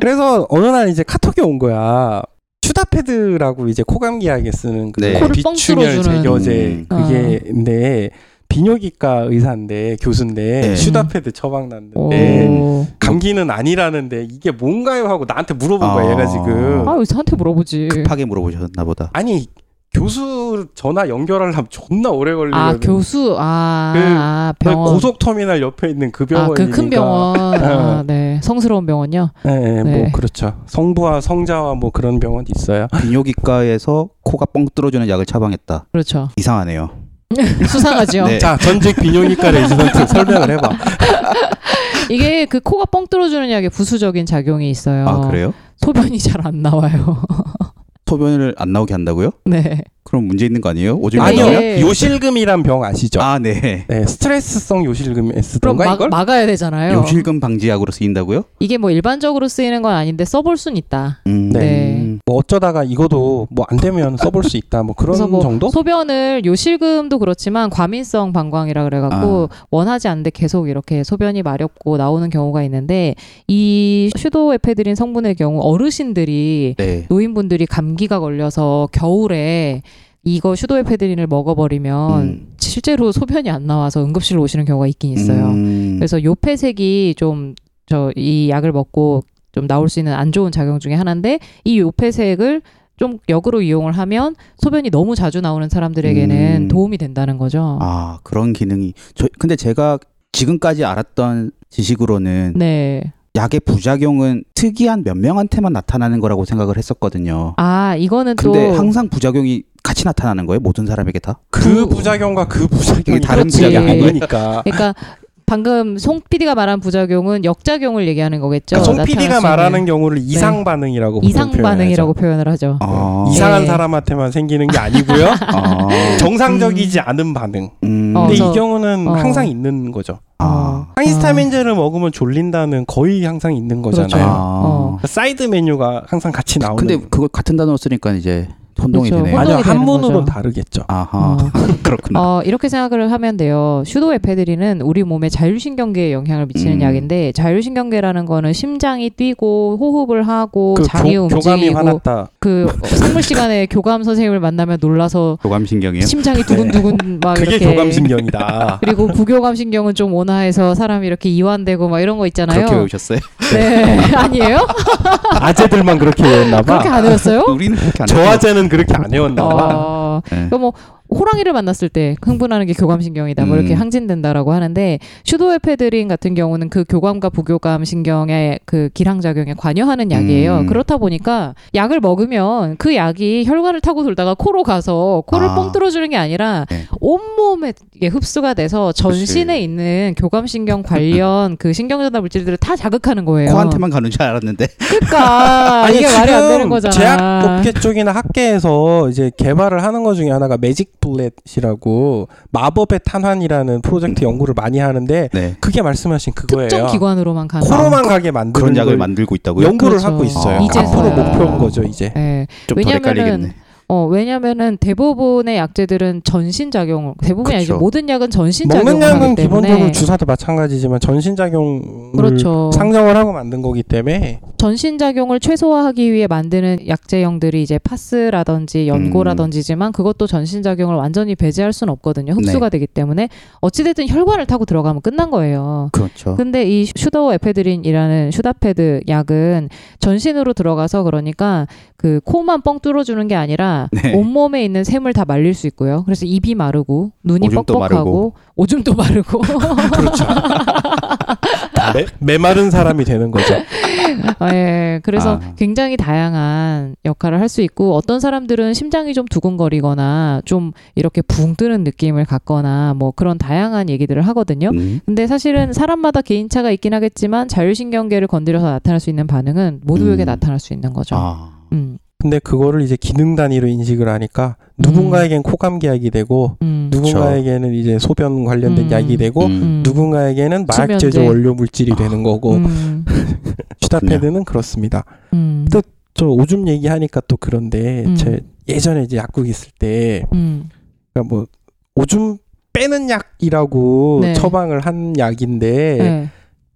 [SPEAKER 2] 그래서 어느 날 이제 카톡이 온 거야. 슈다패드라고 이제 코감기약에 쓰는 그
[SPEAKER 5] 네.
[SPEAKER 3] 코를 뻥
[SPEAKER 2] 비출혈
[SPEAKER 3] 뚫어주는.
[SPEAKER 2] 제거제
[SPEAKER 5] 음.
[SPEAKER 2] 그게인데 비뇨기과 의사인데 교수인데
[SPEAKER 5] 네.
[SPEAKER 2] 슈다패드 처방 났는데
[SPEAKER 3] 오.
[SPEAKER 2] 감기는 아니라는데 이게 뭔가요 하고 나한테 물어본 거야
[SPEAKER 5] 아.
[SPEAKER 2] 얘가 지금
[SPEAKER 3] 아, 의사한테 물어보지.
[SPEAKER 5] 급하게 물어보셨나 보다.
[SPEAKER 2] 아니 교수 전화 연결하려면 존나 오래 걸리거든.
[SPEAKER 3] 아, 교수. 아,
[SPEAKER 2] 그,
[SPEAKER 3] 아 병원.
[SPEAKER 2] 고속터미널 옆에 있는 그
[SPEAKER 3] 아,
[SPEAKER 2] 병원이니까
[SPEAKER 3] 그 큰 병원. 아, 네. 성스러운 병원요.
[SPEAKER 2] 예, 예,
[SPEAKER 3] 네.
[SPEAKER 2] 뭐 그렇죠. 성부와 성자와 뭐 그런 병원 있어요.
[SPEAKER 5] 비뇨기과에서 코가 뻥 뚫어주는 약을 처방했다.
[SPEAKER 3] 그렇죠.
[SPEAKER 5] 이상하네요.
[SPEAKER 3] 수상하죠.
[SPEAKER 5] 네.
[SPEAKER 2] 자, 전직 비뇨기과 레지던트 설명을 해봐.
[SPEAKER 3] 이게 그 코가 뻥 뚫어주는 약에 부수적인 작용이 있어요.
[SPEAKER 5] 아 그래요?
[SPEAKER 3] 소변이 잘 안 나와요.
[SPEAKER 5] 소변을 안 나오게 한다고요?
[SPEAKER 3] 네.
[SPEAKER 5] 그럼 문제 있는 거 아니에요? 오줌
[SPEAKER 3] 아니요. 네.
[SPEAKER 5] 나와요?
[SPEAKER 3] 이게-
[SPEAKER 2] 요실금이란 병 아시죠?
[SPEAKER 5] 아 네.
[SPEAKER 2] 네, 스트레스성 요실금
[SPEAKER 3] 그럼
[SPEAKER 2] S던가
[SPEAKER 3] 막,
[SPEAKER 2] 이걸?
[SPEAKER 3] 막아야 되잖아요.
[SPEAKER 5] 요실금 방지약으로 쓰인다고요?
[SPEAKER 3] 이게 뭐 일반적으로 쓰이는 건 아닌데 써볼 순 있다.
[SPEAKER 5] 음.
[SPEAKER 3] 네.
[SPEAKER 5] 음.
[SPEAKER 2] 뭐 어쩌다가 이거도 뭐 안 되면 써볼 수 있다. 뭐
[SPEAKER 3] 그래서
[SPEAKER 2] 그런
[SPEAKER 3] 뭐
[SPEAKER 2] 정도?
[SPEAKER 3] 소변을 요실금도 그렇지만 과민성 방광이라 그래갖고
[SPEAKER 2] 아.
[SPEAKER 3] 원하지 않는데 계속 이렇게 소변이 마렵고 나오는 경우가 있는데 이 슈도에페드린 성분의 경우 어르신들이
[SPEAKER 5] 네.
[SPEAKER 3] 노인분들이 감기가 걸려서 겨울에 이거 슈도에페드린을 먹어버리면
[SPEAKER 5] 음.
[SPEAKER 3] 실제로 소변이 안 나와서 응급실로 오시는 경우가 있긴 있어요.
[SPEAKER 5] 음.
[SPEAKER 3] 그래서 요폐색이 좀 저 이 약을 먹고 좀 나올 수 있는 안 좋은 작용 중에 하나인데 이 요폐색을 좀 역으로 이용을 하면 소변이 너무 자주 나오는 사람들에게는
[SPEAKER 5] 음.
[SPEAKER 3] 도움이 된다는 거죠.
[SPEAKER 5] 아 그런 기능이. 저 근데 제가 지금까지 알았던 지식으로는
[SPEAKER 3] 네.
[SPEAKER 5] 약의 부작용은 특이한 몇 명한테만 나타나는 거라고 생각을 했었거든요.
[SPEAKER 3] 아 이거는 또
[SPEAKER 5] 근데 항상 부작용이 같이 나타나는 거예요? 모든 사람에게 다?
[SPEAKER 2] 그 부작용과 그 부작용이
[SPEAKER 5] 이게 다른
[SPEAKER 2] 그렇지.
[SPEAKER 3] 부작용인 거예요?
[SPEAKER 2] 아니니까.
[SPEAKER 3] 그러니까 방금 송 PD가 말한 부작용은 역작용을 얘기하는 거겠죠.
[SPEAKER 2] 그러니까 송
[SPEAKER 3] 나타날
[SPEAKER 2] PD가
[SPEAKER 3] 수 있는
[SPEAKER 2] 말하는 경우를 이상 반응이라고
[SPEAKER 3] 네. 이상
[SPEAKER 2] 보통
[SPEAKER 3] 반응이라고
[SPEAKER 2] 뭐 표현하죠.
[SPEAKER 3] 표현을 하죠.
[SPEAKER 5] 아.
[SPEAKER 2] 이상한
[SPEAKER 3] 네.
[SPEAKER 2] 사람한테만 생기는 게 아니고요.
[SPEAKER 5] 아.
[SPEAKER 2] 정상적이지 않은 반응.
[SPEAKER 5] 음.
[SPEAKER 3] 어,
[SPEAKER 2] 근데
[SPEAKER 3] 그래서-
[SPEAKER 2] 이 경우는
[SPEAKER 3] 어.
[SPEAKER 2] 항상 있는 거죠.
[SPEAKER 5] 아.
[SPEAKER 2] 항히스타민제를 먹으면 졸린다는 거의 항상 있는
[SPEAKER 3] 그렇죠.
[SPEAKER 2] 거잖아요.
[SPEAKER 5] 아.
[SPEAKER 3] 어.
[SPEAKER 2] 사이드 메뉴가 항상 같이 나오는.
[SPEAKER 5] 근데 그걸 같은 단어로 쓰니까 이제 혼동이
[SPEAKER 3] 그렇죠.
[SPEAKER 5] 되네요.
[SPEAKER 3] 혼동-
[SPEAKER 2] 아니요
[SPEAKER 3] 혼동이 되는
[SPEAKER 2] 한문으로는
[SPEAKER 3] 거죠.
[SPEAKER 2] 다르겠죠.
[SPEAKER 5] 아하 그렇구나.
[SPEAKER 3] 어, 이렇게 생각을 하면 돼요. 슈도 에페드린은 우리 몸에 자율신경계에 영향을 미치는
[SPEAKER 5] 음.
[SPEAKER 3] 약인데 자율신경계라는 거는 심장이 뛰고 호흡을 하고
[SPEAKER 2] 그
[SPEAKER 3] 자리
[SPEAKER 2] 교, 교감이
[SPEAKER 3] 뭐 움직이고
[SPEAKER 2] 화났다.
[SPEAKER 3] 그 생물 시간에 교감 선생님을 만나면 놀라서
[SPEAKER 5] 교감신경이요.
[SPEAKER 3] 심장이 두근두근 막
[SPEAKER 2] 예. 네. 그게
[SPEAKER 3] 아, 이렇게
[SPEAKER 2] 교감신경이다.
[SPEAKER 3] 그리고 부교감 신경은 좀 온화해서 사람이 이렇게 이완되고 막 이런 거 있잖아요.
[SPEAKER 5] 그렇게 외우셨어요?
[SPEAKER 3] 네. 아니에요?
[SPEAKER 2] 아재들만 그렇게 외웠나봐.
[SPEAKER 3] 그렇게 안 외웠어요?
[SPEAKER 5] 우리는 그렇게 안
[SPEAKER 2] 저
[SPEAKER 5] 해요.
[SPEAKER 2] 아재는 그렇게 안 외웠나봐.
[SPEAKER 3] 어.
[SPEAKER 5] 네.
[SPEAKER 3] 그뭐 호랑이를 만났을 때 흥분하는 게 교감신경이다 뭐 이렇게
[SPEAKER 5] 음.
[SPEAKER 3] 항진된다라고 하는데 슈도에페드린 같은 경우는 그 교감과 부교감 신경의 그 기량작용에 관여하는 약이에요
[SPEAKER 5] 음.
[SPEAKER 3] 그렇다 보니까 약을 먹으면 그 약이 혈관을 타고 돌다가 코로 가서 코를
[SPEAKER 5] 아.
[SPEAKER 3] 뻥 뚫어주는 게 아니라
[SPEAKER 5] 네.
[SPEAKER 3] 온몸에 이게 흡수가 돼서 전신에 있는 교감신경 관련 그 신경전달 물질들을 다 자극하는 거예요
[SPEAKER 5] 코한테만 가는 줄 알았는데.
[SPEAKER 3] 그러니까 이게 말이 안 되는 거잖아
[SPEAKER 2] 제약업계 쪽이나 학계에서 이제 개발을 하는 것 중에 하나가 매직 블렛이라고 마법의 탄환이라는 프로젝트 연구를 많이 하는데
[SPEAKER 5] 네.
[SPEAKER 2] 그게 말씀하신 그거예요.
[SPEAKER 3] 특정 기관으로만 가는
[SPEAKER 2] 코로만 가게 만드는
[SPEAKER 5] 아, 그런 약을
[SPEAKER 2] 걸
[SPEAKER 5] 만들고 있다고요?
[SPEAKER 2] 뭐 연구를
[SPEAKER 3] 그렇죠.
[SPEAKER 2] 하고 있어요.
[SPEAKER 5] 아,
[SPEAKER 2] 앞으로
[SPEAKER 5] 이제서야.
[SPEAKER 2] 목표인 거죠 이제.
[SPEAKER 3] 예.
[SPEAKER 5] 좀 덜
[SPEAKER 3] 왜냐면은-
[SPEAKER 5] 헷갈리겠네.
[SPEAKER 3] 어, 왜냐면은 대부분의 약제들은 전신 작용, 대부분이 아니죠.
[SPEAKER 5] 그쵸.
[SPEAKER 3] 모든 약은 전신
[SPEAKER 2] 먹는
[SPEAKER 3] 작용을
[SPEAKER 2] 약은
[SPEAKER 3] 하기 때문에
[SPEAKER 2] 기본적으로 주사도 마찬가지지만 전신작용을
[SPEAKER 3] 그렇죠.
[SPEAKER 2] 상정을 하고 만든 거기 때문에
[SPEAKER 3] 전신 작용을 최소화하기 위해 만드는 약제형들이 이제 파스라든지
[SPEAKER 2] 음.
[SPEAKER 3] 연고라든지지만 그것도 전신 작용을 완전히 배제할 수는 없거든요. 흡수가
[SPEAKER 2] 네.
[SPEAKER 3] 되기 때문에 어찌 됐든 혈관을 타고 들어가면 끝난 거예요.
[SPEAKER 5] 그렇죠.
[SPEAKER 3] 근데 이 슈더 에페드린이라는 슈다페드 약은 전신으로 들어가서 그러니까 그 코만 뻥 뚫어주는 게 아니라
[SPEAKER 5] 네.
[SPEAKER 3] 온몸에 있는 샘을 다 말릴 수 있고요. 그래서 입이 마르고 눈이
[SPEAKER 5] 오줌도
[SPEAKER 3] 뻑뻑하고
[SPEAKER 5] 마르고.
[SPEAKER 3] 오줌도 마르고
[SPEAKER 2] 그렇죠.
[SPEAKER 5] 네?
[SPEAKER 2] 매, 메마른 사람이 되는 거죠.
[SPEAKER 3] 예, 그래서
[SPEAKER 5] 아.
[SPEAKER 3] 굉장히 다양한 역할을 할 수 있고 어떤 사람들은 심장이 좀 두근거리거나 좀 이렇게 붕 뜨는 느낌을 갖거나 뭐 그런 다양한 얘기들을 하거든요.
[SPEAKER 5] 음.
[SPEAKER 3] 근데 사실은 사람마다 개인차가 있긴 하겠지만 자율신경계를 건드려서 나타날 수 있는 반응은 모두에게
[SPEAKER 5] 음.
[SPEAKER 3] 나타날 수 있는 거죠.
[SPEAKER 5] 아.
[SPEAKER 3] 음.
[SPEAKER 2] 근데 그거를 이제 기능 단위로 인식을 하니까 누군가에겐 코감기약이 되고
[SPEAKER 3] 음.
[SPEAKER 2] 누군가에게는 이제 소변 관련된
[SPEAKER 3] 음.
[SPEAKER 2] 약이 되고
[SPEAKER 5] 음.
[SPEAKER 2] 누군가에게는 마약
[SPEAKER 3] 수면제.
[SPEAKER 2] 제조 원료 물질이 되는 거고
[SPEAKER 3] 음.
[SPEAKER 2] 시다패드는 그렇습니다.
[SPEAKER 3] 음.
[SPEAKER 2] 또- 저 오줌 얘기하니까 또 그런데
[SPEAKER 3] 음.
[SPEAKER 2] 제 예전에 이제 약국 있을 때
[SPEAKER 3] 음.
[SPEAKER 2] 그러니까 뭐 오줌 빼는 약이라고
[SPEAKER 3] 네.
[SPEAKER 2] 처방을 한 약인데
[SPEAKER 5] 예.
[SPEAKER 3] 네.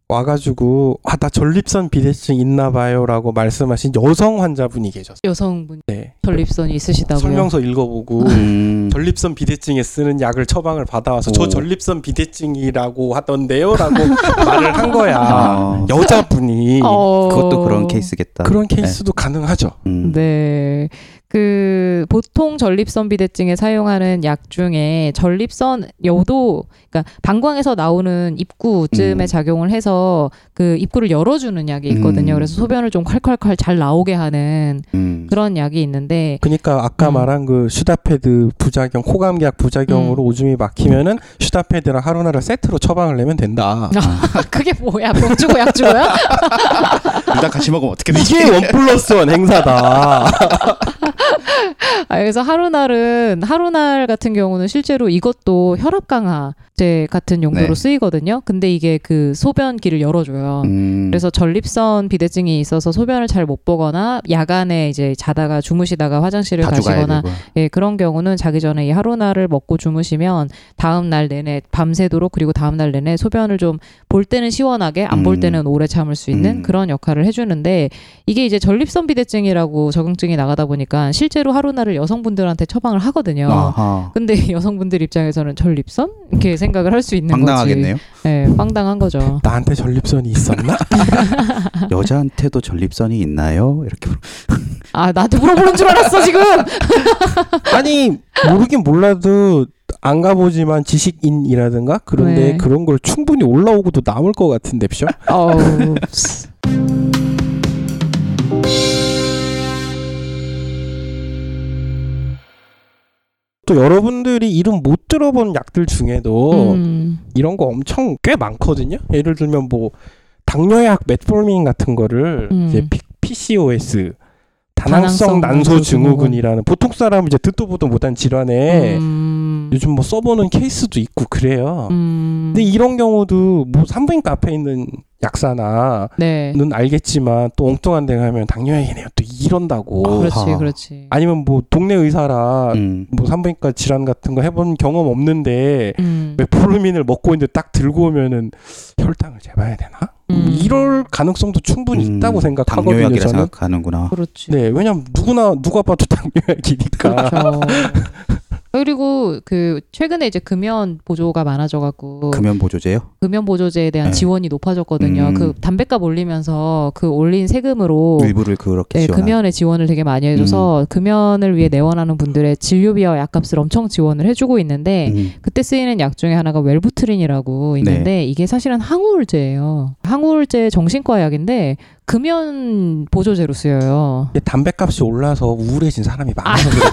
[SPEAKER 2] 와가지고 아 나 전립선 비대증 있나봐요라고 말씀하신 여성 환자분이 계셨어요.
[SPEAKER 3] 여성분
[SPEAKER 2] 네.
[SPEAKER 3] 전립선이 있으시다고요. 아.
[SPEAKER 2] 설명서 읽어보고
[SPEAKER 5] 음.
[SPEAKER 2] 전립선 비대증에 쓰는 약을 처방을 받아와서
[SPEAKER 5] 오.
[SPEAKER 2] 저 전립선 비대증이라고 하던데요라고 말을 한 거야.
[SPEAKER 5] 아.
[SPEAKER 2] 여자분이
[SPEAKER 3] 어.
[SPEAKER 5] 그것도 그런 케이스겠다. 네.
[SPEAKER 2] 그런 케이스도 가능하죠.
[SPEAKER 5] 음.
[SPEAKER 3] 네. 그 보통 전립선 비대증에 사용하는 약 중에 전립선 여도 그러니까 방광에서 나오는 입구쯤에
[SPEAKER 5] 음.
[SPEAKER 3] 작용을 해서 그 입구를 열어 주는 약이 있거든요.
[SPEAKER 5] 음.
[SPEAKER 3] 그래서 소변을 좀 콸콸콸 잘 나오게 하는
[SPEAKER 5] 음.
[SPEAKER 3] 그런 약이 있는데
[SPEAKER 2] 그러니까 아까
[SPEAKER 3] 음.
[SPEAKER 2] 말한 그 슈다패드 부작용, 코감기약 부작용으로 오줌이 막히면은 슈다패드랑 하루나를 세트로 처방을 내면 된다.
[SPEAKER 5] 아.
[SPEAKER 3] 그게 뭐야? 병 주고 약 주고요?
[SPEAKER 5] 둘다 같이 먹으면 어떻게 되지?
[SPEAKER 2] 이게 원 플러스 원 행사다.
[SPEAKER 3] 아, 그래서 하루날은 하루날 같은 경우는 실제로 이것도 혈압 강화제 같은 용도로
[SPEAKER 5] 네.
[SPEAKER 3] 쓰이거든요. 근데 이게 그 소변기를 열어 줘요.
[SPEAKER 5] 음.
[SPEAKER 3] 그래서 전립선 비대증이 있어서 소변을 잘 못 보거나 야간에 이제 자다가 주무시다가 화장실을
[SPEAKER 5] 자주 가야
[SPEAKER 3] 가시거나
[SPEAKER 5] 되고.
[SPEAKER 3] 예, 그런 경우는 자기 전에 이 하루나를 먹고 주무시면 다음 날 내내 밤새도록 그리고 다음 날 내내 소변을 좀 볼 때는 시원하게 안 볼
[SPEAKER 5] 음.
[SPEAKER 3] 때는 오래 참을 수 있는
[SPEAKER 5] 음.
[SPEAKER 3] 그런 역할을 해주는데 이게 이제 전립선 비대증이라고 적응증이 나가다 보니까 실제로 하루나를 여성분들한테 처방을 하거든요.
[SPEAKER 5] 아하.
[SPEAKER 3] 근데 여성분들 입장에서는 전립선 이렇게 생각을 할 수 있는
[SPEAKER 5] 황당하겠네요.
[SPEAKER 3] 거지. 예, 빵당한 거죠.
[SPEAKER 2] 나한테 전립선이 있었나?
[SPEAKER 5] 여자한테도 전립선이 있나요? 이렇게 물어.
[SPEAKER 3] 아 나한테 물어보는 줄 알았어 지금.
[SPEAKER 2] 아니 모르긴 몰라도 안 가보지만 지식인이라든가 그런데
[SPEAKER 3] 네.
[SPEAKER 2] 그런 걸 충분히 올라오고도 남을 것 같은데 쇼
[SPEAKER 3] 어우.
[SPEAKER 2] 또 여러분들이 이름 못 들어본 약들 중에도
[SPEAKER 3] 음.
[SPEAKER 2] 이런 거 엄청 꽤 많거든요. 예를 들면 뭐 당뇨약 메트폴민 같은 거를
[SPEAKER 3] 음.
[SPEAKER 2] 이제 P- PCOS 다낭성
[SPEAKER 3] 다낭성
[SPEAKER 2] 난소
[SPEAKER 3] 난소 증후군.
[SPEAKER 2] 증후군이라는 보통 사람 이제 듣도 보도 못한 질환에
[SPEAKER 3] 음.
[SPEAKER 2] 요즘 뭐 써보는 케이스도 있고 그래요.
[SPEAKER 3] 음.
[SPEAKER 2] 근데 이런 경우도 뭐 산부인과 앞에 있는 약사나
[SPEAKER 3] 네.
[SPEAKER 2] 는 알겠지만 또 엉뚱한 데 가면 당뇨약이네요. 또 이런다고.
[SPEAKER 5] 아,
[SPEAKER 3] 그렇지,
[SPEAKER 5] 아하.
[SPEAKER 3] 그렇지.
[SPEAKER 2] 아니면 뭐 동네 의사라
[SPEAKER 5] 음.
[SPEAKER 2] 뭐 산부인과 질환 같은 거 해본 경험 없는데
[SPEAKER 3] 음.
[SPEAKER 2] 메포르민을 먹고 있는데 딱 들고 오면은 혈당을 재봐야 되나? 뭐
[SPEAKER 3] 음.
[SPEAKER 2] 이럴 가능성도 충분히
[SPEAKER 5] 음,
[SPEAKER 2] 있다고 생각하거든요.
[SPEAKER 5] 당뇨약이라
[SPEAKER 2] 저는.
[SPEAKER 5] 생각하는구나.
[SPEAKER 3] 그렇지.
[SPEAKER 2] 네, 왜냐면 누구나 누가 봐도 당뇨약이니까.
[SPEAKER 5] 아.
[SPEAKER 3] 그렇죠. 그리고 그 최근에 이제 금연 보조가 많아져 갖고
[SPEAKER 5] 금연 보조제요?
[SPEAKER 3] 금연 보조제에 대한
[SPEAKER 5] 네.
[SPEAKER 3] 지원이 높아졌거든요.
[SPEAKER 5] 음.
[SPEAKER 3] 그 담배값 올리면서 그 올린 세금으로
[SPEAKER 5] 일부를 음. 그렇게
[SPEAKER 3] 네,
[SPEAKER 5] 지원한.
[SPEAKER 3] 금연에 지원을 되게 많이 해줘서 금연을 위해 내원하는 분들의 진료비와 약값을 엄청 지원을 해주고 있는데
[SPEAKER 5] 음.
[SPEAKER 3] 그때 쓰이는 약 중에 하나가 웰부트린이라고 있는데
[SPEAKER 5] 네.
[SPEAKER 3] 이게 사실은 항우울제예요. 항우울제 정신과 약인데 금연 보조제로 쓰여요.
[SPEAKER 2] 이게 담배값이 올라서 우울해진 사람이 많아서 그래요.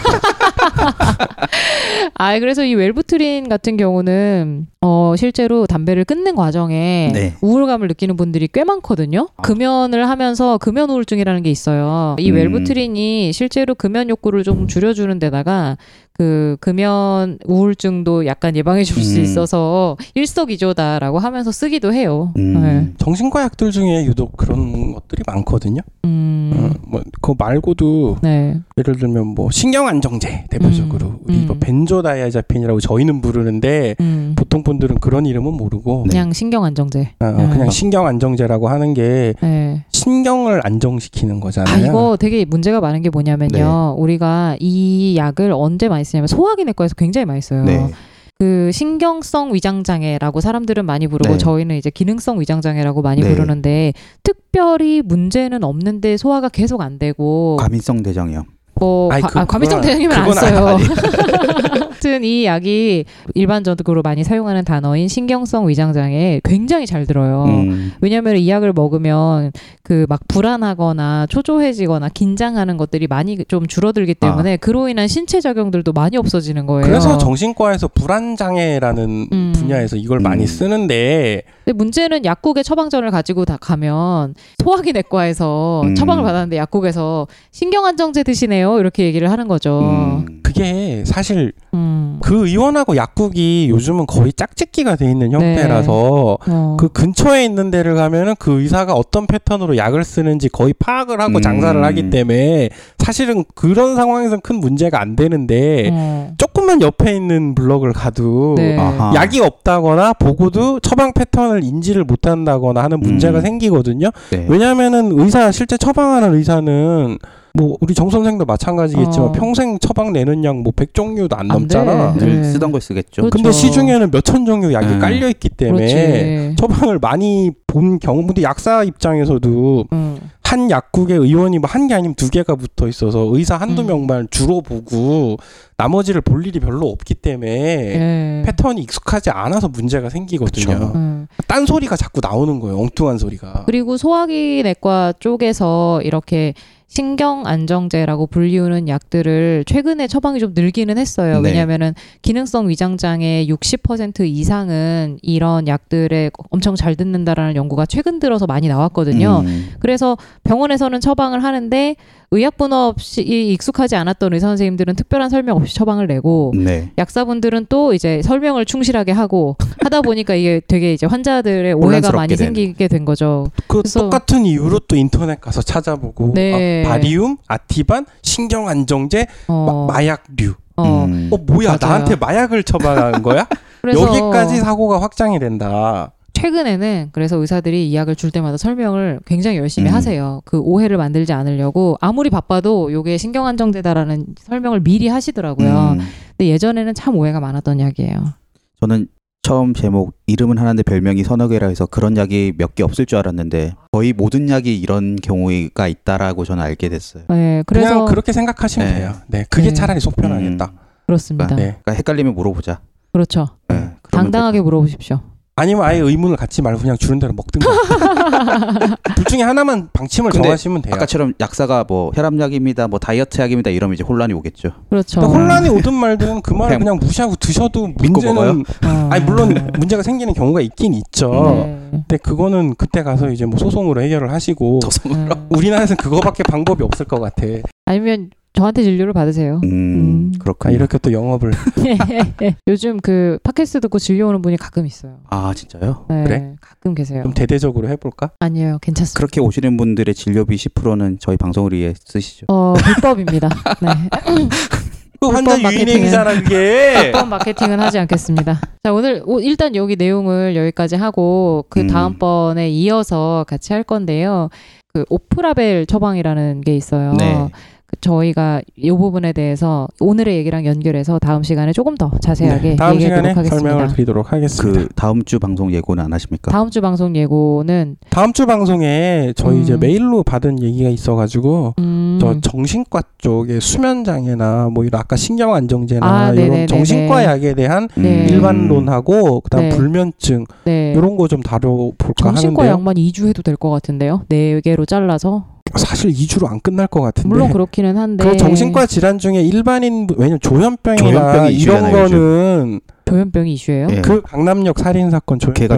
[SPEAKER 3] 아, 그래서 이 웰부트린 같은 경우는 어 실제로 담배를 끊는 과정에
[SPEAKER 5] 네.
[SPEAKER 3] 우울감을 느끼는 분들이 꽤 많거든요.
[SPEAKER 5] 아.
[SPEAKER 3] 금연을 하면서 금연 우울증이라는 게 있어요. 이
[SPEAKER 5] 음.
[SPEAKER 3] 웰부트린이 실제로 금연 욕구를 좀 줄여주는 데다가 그 금연 우울증도 약간 예방해 줄 수
[SPEAKER 5] 음.
[SPEAKER 3] 있어서 일석이조다라고 하면서 쓰기도 해요.
[SPEAKER 5] 음.
[SPEAKER 3] 네.
[SPEAKER 2] 정신과 약들 중에 유독 그런 것들이 많거든요.
[SPEAKER 3] 음.
[SPEAKER 5] 어.
[SPEAKER 2] 음, 뭐 그거 말고도
[SPEAKER 3] 네.
[SPEAKER 2] 예를 들면 뭐 신경 안정제 대표적으로
[SPEAKER 3] 음,
[SPEAKER 2] 우리 뭐
[SPEAKER 3] 음.
[SPEAKER 2] 벤조다이아자핀이라고 저희는 부르는데
[SPEAKER 3] 음.
[SPEAKER 2] 보통 분들은 그런 이름은 모르고
[SPEAKER 5] 네.
[SPEAKER 3] 그냥 신경 안정제.
[SPEAKER 2] 어,
[SPEAKER 3] 네.
[SPEAKER 2] 그냥 신경 안정제라고 하는 게
[SPEAKER 3] 네.
[SPEAKER 2] 신경을 안정시키는 거잖아요. 네.
[SPEAKER 3] 아, 이거 되게 문제가 많은 게 뭐냐면요. 우리가 이 약을 언제 많이 쓰냐면 소화기내과에서 굉장히 많이 써요.
[SPEAKER 5] 네.
[SPEAKER 3] 그 신경성 위장장애라고 사람들은 많이 부르고
[SPEAKER 5] 네.
[SPEAKER 3] 저희는 이제 기능성 위장장애라고 많이
[SPEAKER 5] 네.
[SPEAKER 3] 부르는데 특별히 문제는 없는데 소화가 계속 안 되고
[SPEAKER 5] 과민성 대장염.
[SPEAKER 3] 뭐
[SPEAKER 2] 아이,
[SPEAKER 3] 과-
[SPEAKER 2] 그-
[SPEAKER 3] 아, 과민성
[SPEAKER 2] 그건-
[SPEAKER 3] 대장님은 안
[SPEAKER 2] 그건 아-
[SPEAKER 3] 써요. 아무튼 이 약이 일반적으로 많이 사용하는 단어인 신경성 위장장애 굉장히 잘 들어요.
[SPEAKER 5] 음.
[SPEAKER 3] 왜냐하면 이 약을 먹으면 그 막 불안하거나 초조해지거나 긴장하는 것들이 많이 좀 줄어들기 때문에 그로 인한 신체 작용들도 많이 없어지는 거예요.
[SPEAKER 2] 아. 그래서 정신과에서 불안 장애라는
[SPEAKER 3] 음.
[SPEAKER 2] 분야에서 이걸
[SPEAKER 5] 음.
[SPEAKER 2] 많이 쓰는데
[SPEAKER 3] 근데 문제는 약국의 처방전을 가지고 다 가면 소화기내과에서
[SPEAKER 5] 음.
[SPEAKER 3] 처방을 받았는데 약국에서 신경안정제 드시네요 이렇게 얘기를 하는 거죠.
[SPEAKER 5] 음.
[SPEAKER 2] 그게 사실
[SPEAKER 3] 음.
[SPEAKER 2] 그 의원하고 약국이 요즘은 거의 짝짓기가 돼 있는 형태라서
[SPEAKER 3] 어.
[SPEAKER 2] 그 근처에 있는 데를 가면은 그 의사가 어떤 패턴으로 약을 쓰는지 거의 파악을 하고
[SPEAKER 5] 음.
[SPEAKER 2] 장사를 하기 때문에 사실은 그런 상황에서는 큰 문제가 안 되는데
[SPEAKER 3] 어.
[SPEAKER 2] 조금만 옆에 있는 블럭을 가도
[SPEAKER 3] 네.
[SPEAKER 5] 아하.
[SPEAKER 2] 약이 없다거나 보고도 처방 패턴을 인지를 못한다거나 하는 문제가
[SPEAKER 5] 음.
[SPEAKER 2] 생기거든요.
[SPEAKER 5] 네.
[SPEAKER 2] 왜냐하면은 의사 실제 처방하는 의사는 뭐 우리 정 선생도 마찬가지겠지만
[SPEAKER 3] 어.
[SPEAKER 2] 평생 처방 내는 약 뭐 100종류도 안,
[SPEAKER 3] 안
[SPEAKER 2] 넘잖아.
[SPEAKER 3] 돼.
[SPEAKER 5] 늘
[SPEAKER 3] 네.
[SPEAKER 5] 쓰던 걸 쓰겠죠.
[SPEAKER 3] 그렇죠.
[SPEAKER 2] 근데 시중에는 몇천 종류 약이
[SPEAKER 5] 음.
[SPEAKER 2] 깔려 있기 때문에
[SPEAKER 3] 그렇지.
[SPEAKER 2] 처방을 많이 본 경우 근데 약사 입장에서도
[SPEAKER 3] 음.
[SPEAKER 2] 한 약국의 의원이 뭐 한 개 아니면 두 개가 붙어 있어서 의사 한두
[SPEAKER 3] 음.
[SPEAKER 2] 명만 주로 보고 나머지를 볼 일이 별로 없기 때문에
[SPEAKER 3] 예.
[SPEAKER 2] 패턴이 익숙하지 않아서 문제가 생기거든요.
[SPEAKER 5] 그쵸.
[SPEAKER 3] 음.
[SPEAKER 2] 딴 소리가 자꾸 나오는 거예요. 엉뚱한 소리가.
[SPEAKER 3] 그리고 소화기내과 쪽에서 이렇게 신경 안정제라고 불리우는 약들을 최근에 처방이 좀 늘기는 했어요.
[SPEAKER 5] 네.
[SPEAKER 3] 왜냐면은 기능성 위장장애 60% 이상은 이런 약들에 엄청 잘 듣는다라는 연구가 최근 들어서 많이 나왔거든요.
[SPEAKER 5] 음.
[SPEAKER 3] 그래서 병원에서는 처방을 하는데 의약분 없이 이 익숙하지 않았던 의사 선생님들은 특별한 설명 없이 처방을 내고
[SPEAKER 5] 네.
[SPEAKER 3] 약사분들은 또 이제 설명을 충실하게 하고 하다 보니까 이게 되게 이제 환자들의 오해가
[SPEAKER 5] 혼란스럽게
[SPEAKER 3] 많이
[SPEAKER 5] 되는.
[SPEAKER 3] 생기게 된 거죠.
[SPEAKER 2] 그
[SPEAKER 3] 그래서-
[SPEAKER 2] 똑같은 이유로 또 인터넷 가서 찾아보고
[SPEAKER 3] 네.
[SPEAKER 2] 아, 바리움, 아티반, 신경 안정제,
[SPEAKER 3] 어,
[SPEAKER 2] 마, 약류
[SPEAKER 3] 어.
[SPEAKER 5] 음.
[SPEAKER 2] 어 뭐야?
[SPEAKER 3] 맞아요.
[SPEAKER 2] 나한테 마약을 처방한 거야?
[SPEAKER 3] 그래서
[SPEAKER 2] 여기까지 사고가 확장이 된다.
[SPEAKER 3] 최근에는 그래서 의사들이 이 약을 줄 때마다 설명을 굉장히 열심히
[SPEAKER 5] 음.
[SPEAKER 3] 하세요. 그 오해를 만들지 않으려고 아무리 바빠도 요게 신경 안정제다라는 설명을 미리 하시더라고요.
[SPEAKER 5] 음.
[SPEAKER 3] 근데 예전에는 참 오해가 많았던 약이에요.
[SPEAKER 5] 저는 처음 제목 이름은 하나인데 별명이 서너 개라 해서 그런 약이 몇 개 없을 줄 알았는데 거의 모든 약이 이런 경우가 있다라고 저는 알게 됐어요.
[SPEAKER 3] 네,
[SPEAKER 2] 그냥
[SPEAKER 3] 그래서
[SPEAKER 2] 그렇게 생각하시면
[SPEAKER 5] 네.
[SPEAKER 2] 돼요. 네, 그게
[SPEAKER 3] 네.
[SPEAKER 2] 차라리 속 편하겠다.
[SPEAKER 5] 음.
[SPEAKER 3] 그렇습니다
[SPEAKER 2] 네.
[SPEAKER 5] 그러니까 헷갈리면 물어보자.
[SPEAKER 3] 그렇죠.
[SPEAKER 5] 네, 그러면
[SPEAKER 3] 당당하게 물어보십시오.
[SPEAKER 2] 아니면
[SPEAKER 5] 네.
[SPEAKER 2] 아예 의문을 갖지 말고 그냥 주는 대로 먹든가. 둘 중에 하나만 방침을
[SPEAKER 5] 근데
[SPEAKER 2] 정하시면 돼요.
[SPEAKER 5] 아까처럼 약사가 뭐 혈압약입니다, 뭐 다이어트약입니다 이러면 이제 혼란이 오겠죠.
[SPEAKER 3] 그렇죠.
[SPEAKER 2] 그러니까 혼란이 오든 말든 그 말을 그냥 무시하고 드셔도
[SPEAKER 5] 먹어요?
[SPEAKER 2] 문제는
[SPEAKER 3] 어.
[SPEAKER 2] 아니 물론 어. 문제가 생기는 경우가 있긴 있죠.
[SPEAKER 3] 네.
[SPEAKER 2] 근데 그거는 그때 가서 이제 뭐 소송으로 해결을 하시고
[SPEAKER 5] 저성
[SPEAKER 3] 음.
[SPEAKER 2] 우리나라에서는 그거밖에 방법이 없을 것 같아.
[SPEAKER 3] 아니면 저한테 진료를 받으세요.
[SPEAKER 5] 음,
[SPEAKER 3] 음.
[SPEAKER 2] 아,
[SPEAKER 5] 그렇군요.
[SPEAKER 2] 이렇게 또 영업을
[SPEAKER 3] 요즘 그 팟캐스트 듣고 진료 오는 분이 가끔 있어요.
[SPEAKER 5] 아, 진짜요?
[SPEAKER 3] 네,
[SPEAKER 2] 그래?
[SPEAKER 3] 가끔 계세요.
[SPEAKER 2] 좀 대대적으로 해볼까?
[SPEAKER 3] 아니에요, 괜찮습니다.
[SPEAKER 5] 그렇게 오시는 분들의 진료비 10%는 저희 방송을 위해 쓰시죠.
[SPEAKER 3] 어, 불법입니다. 네.
[SPEAKER 2] 그
[SPEAKER 3] 불법
[SPEAKER 2] 환자 유인행위잖아 그게.
[SPEAKER 3] 불법 마케팅은 하지 않겠습니다. 자, 오늘 오- 일단 여기 내용을 여기까지 하고 그
[SPEAKER 5] 음.
[SPEAKER 3] 다음번에 이어서 같이 할 건데요. 그 오프라벨 처방이라는 게 있어요.
[SPEAKER 5] 네.
[SPEAKER 3] 그 저희가 이 부분에 대해서 오늘의 얘기랑 연결해서 다음 시간에 조금 더 자세하게
[SPEAKER 2] 네, 다음
[SPEAKER 3] 얘기하도록
[SPEAKER 2] 시간에
[SPEAKER 3] 하겠습니다.
[SPEAKER 2] 설명을 드리도록 하겠습니다.
[SPEAKER 5] 그 다음 주 방송 예고는 안 하십니까?
[SPEAKER 3] 다음 주 방송 예고는
[SPEAKER 2] 다음 주 방송에 저희 이제
[SPEAKER 3] 음.
[SPEAKER 2] 메일로 받은 얘기가 있어가지고
[SPEAKER 3] 음,
[SPEAKER 2] 저 정신과 쪽에 수면 장애나 뭐 이런 아까 신경 안정제나
[SPEAKER 3] 아,
[SPEAKER 2] 이런
[SPEAKER 3] 네네네네.
[SPEAKER 2] 정신과 약에 대한
[SPEAKER 5] 음.
[SPEAKER 3] 네.
[SPEAKER 2] 일반론하고 그다음
[SPEAKER 3] 네.
[SPEAKER 2] 불면증
[SPEAKER 3] 네.
[SPEAKER 2] 이런 거 좀 다뤄볼까
[SPEAKER 3] 정신과
[SPEAKER 2] 하는데요.
[SPEAKER 3] 약만 2주 해도 될 것 같은데요. 네 개로 잘라서
[SPEAKER 2] 사실 2주로 안 끝날 것 같은데.
[SPEAKER 3] 물론 그렇기는 네. 한데
[SPEAKER 2] 그 정신과 질환 중에 일반인 왜냐면 조현병이나
[SPEAKER 5] 조현병이
[SPEAKER 2] 이런
[SPEAKER 5] 이슈잖아요,
[SPEAKER 2] 거는
[SPEAKER 3] 조현병이 이슈예요.
[SPEAKER 5] 예.
[SPEAKER 2] 그 강남역 살인 사건 조현병
[SPEAKER 5] 걔가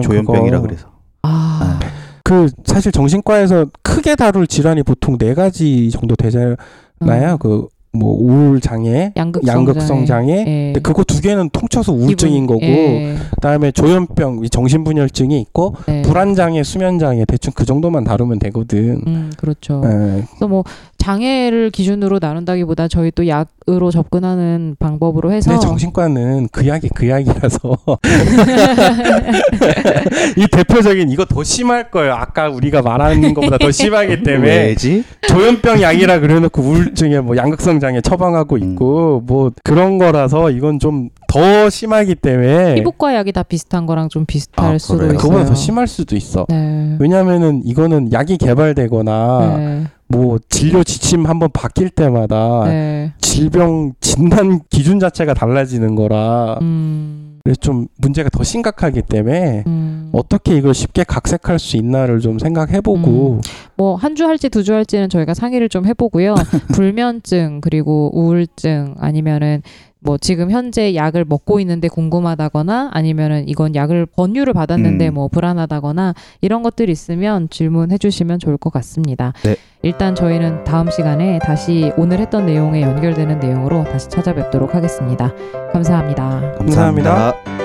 [SPEAKER 2] 그거.
[SPEAKER 5] 조현병이라 어, 그래서.
[SPEAKER 3] 아,
[SPEAKER 2] 그 사실 정신과에서 크게 다룰 질환이 보통 네 가지 정도 되잖아요.
[SPEAKER 3] 음.
[SPEAKER 2] 그 뭐 우울 장애,
[SPEAKER 3] 양극성,
[SPEAKER 2] 양극성 장애.
[SPEAKER 3] 예.
[SPEAKER 2] 근데 그거 두 개는 통쳐서 우울증인
[SPEAKER 3] 기분-
[SPEAKER 2] 거고
[SPEAKER 3] 예.
[SPEAKER 2] 그다음에 조현병, 이 정신분열증이 있고
[SPEAKER 3] 네.
[SPEAKER 2] 불안 장애, 수면 장애 대충 그 정도만 다루면 되거든.
[SPEAKER 3] 음, 그렇죠.
[SPEAKER 2] 예.
[SPEAKER 3] 그래서 뭐 장애를 기준으로 나눈다기보다 저희 또 약으로 접근하는 방법으로 해서
[SPEAKER 2] 근데 네, 정신과는 그 약이 그 약이라서 이 대표적인 이거 더 심할 거예요. 아까 우리가 말하는 것보다 더 심하기
[SPEAKER 5] 네,
[SPEAKER 2] 때문에
[SPEAKER 5] 왜지?
[SPEAKER 2] 조현병 약이라 그래놓고 우울증에 뭐 양극성 장애 처방하고 있고 뭐 그런 거라서 이건 좀 더 심하기 때문에
[SPEAKER 3] 피부과 약이 다 비슷한 거랑 좀 비슷할
[SPEAKER 5] 아,
[SPEAKER 3] 수도
[SPEAKER 5] 그래요?
[SPEAKER 3] 있어요.
[SPEAKER 2] 그거보다 더 심할 수도 있어.
[SPEAKER 3] 네.
[SPEAKER 2] 왜냐면은 이거는 약이 개발되거나
[SPEAKER 3] 네.
[SPEAKER 2] 뭐 진료 지침 한번 바뀔 때마다
[SPEAKER 3] 네.
[SPEAKER 2] 질병 진단 기준 자체가 달라지는 거라
[SPEAKER 3] 음.
[SPEAKER 2] 그래서 좀 문제가 더 심각하기 때문에
[SPEAKER 3] 음.
[SPEAKER 2] 어떻게 이걸 쉽게 각색할 수 있나를 좀 생각해보고
[SPEAKER 3] 뭐 한 주 할지 두 주 할지는 저희가 상의를 좀 해보고요. 불면증 그리고 우울증 아니면은 뭐 지금 현재 약을 먹고 있는데 궁금하다거나 아니면은 이건 약을 권유를 받았는데
[SPEAKER 5] 음.
[SPEAKER 3] 뭐 불안하다거나 이런 것들 있으면 질문해 주시면 좋을 것 같습니다.
[SPEAKER 5] 네.
[SPEAKER 3] 일단 저희는 다음 시간에 다시 오늘 했던 내용에 연결되는 내용으로 다시 찾아뵙도록 하겠습니다. 감사합니다.
[SPEAKER 5] 감사합니다.
[SPEAKER 2] 감사합니다.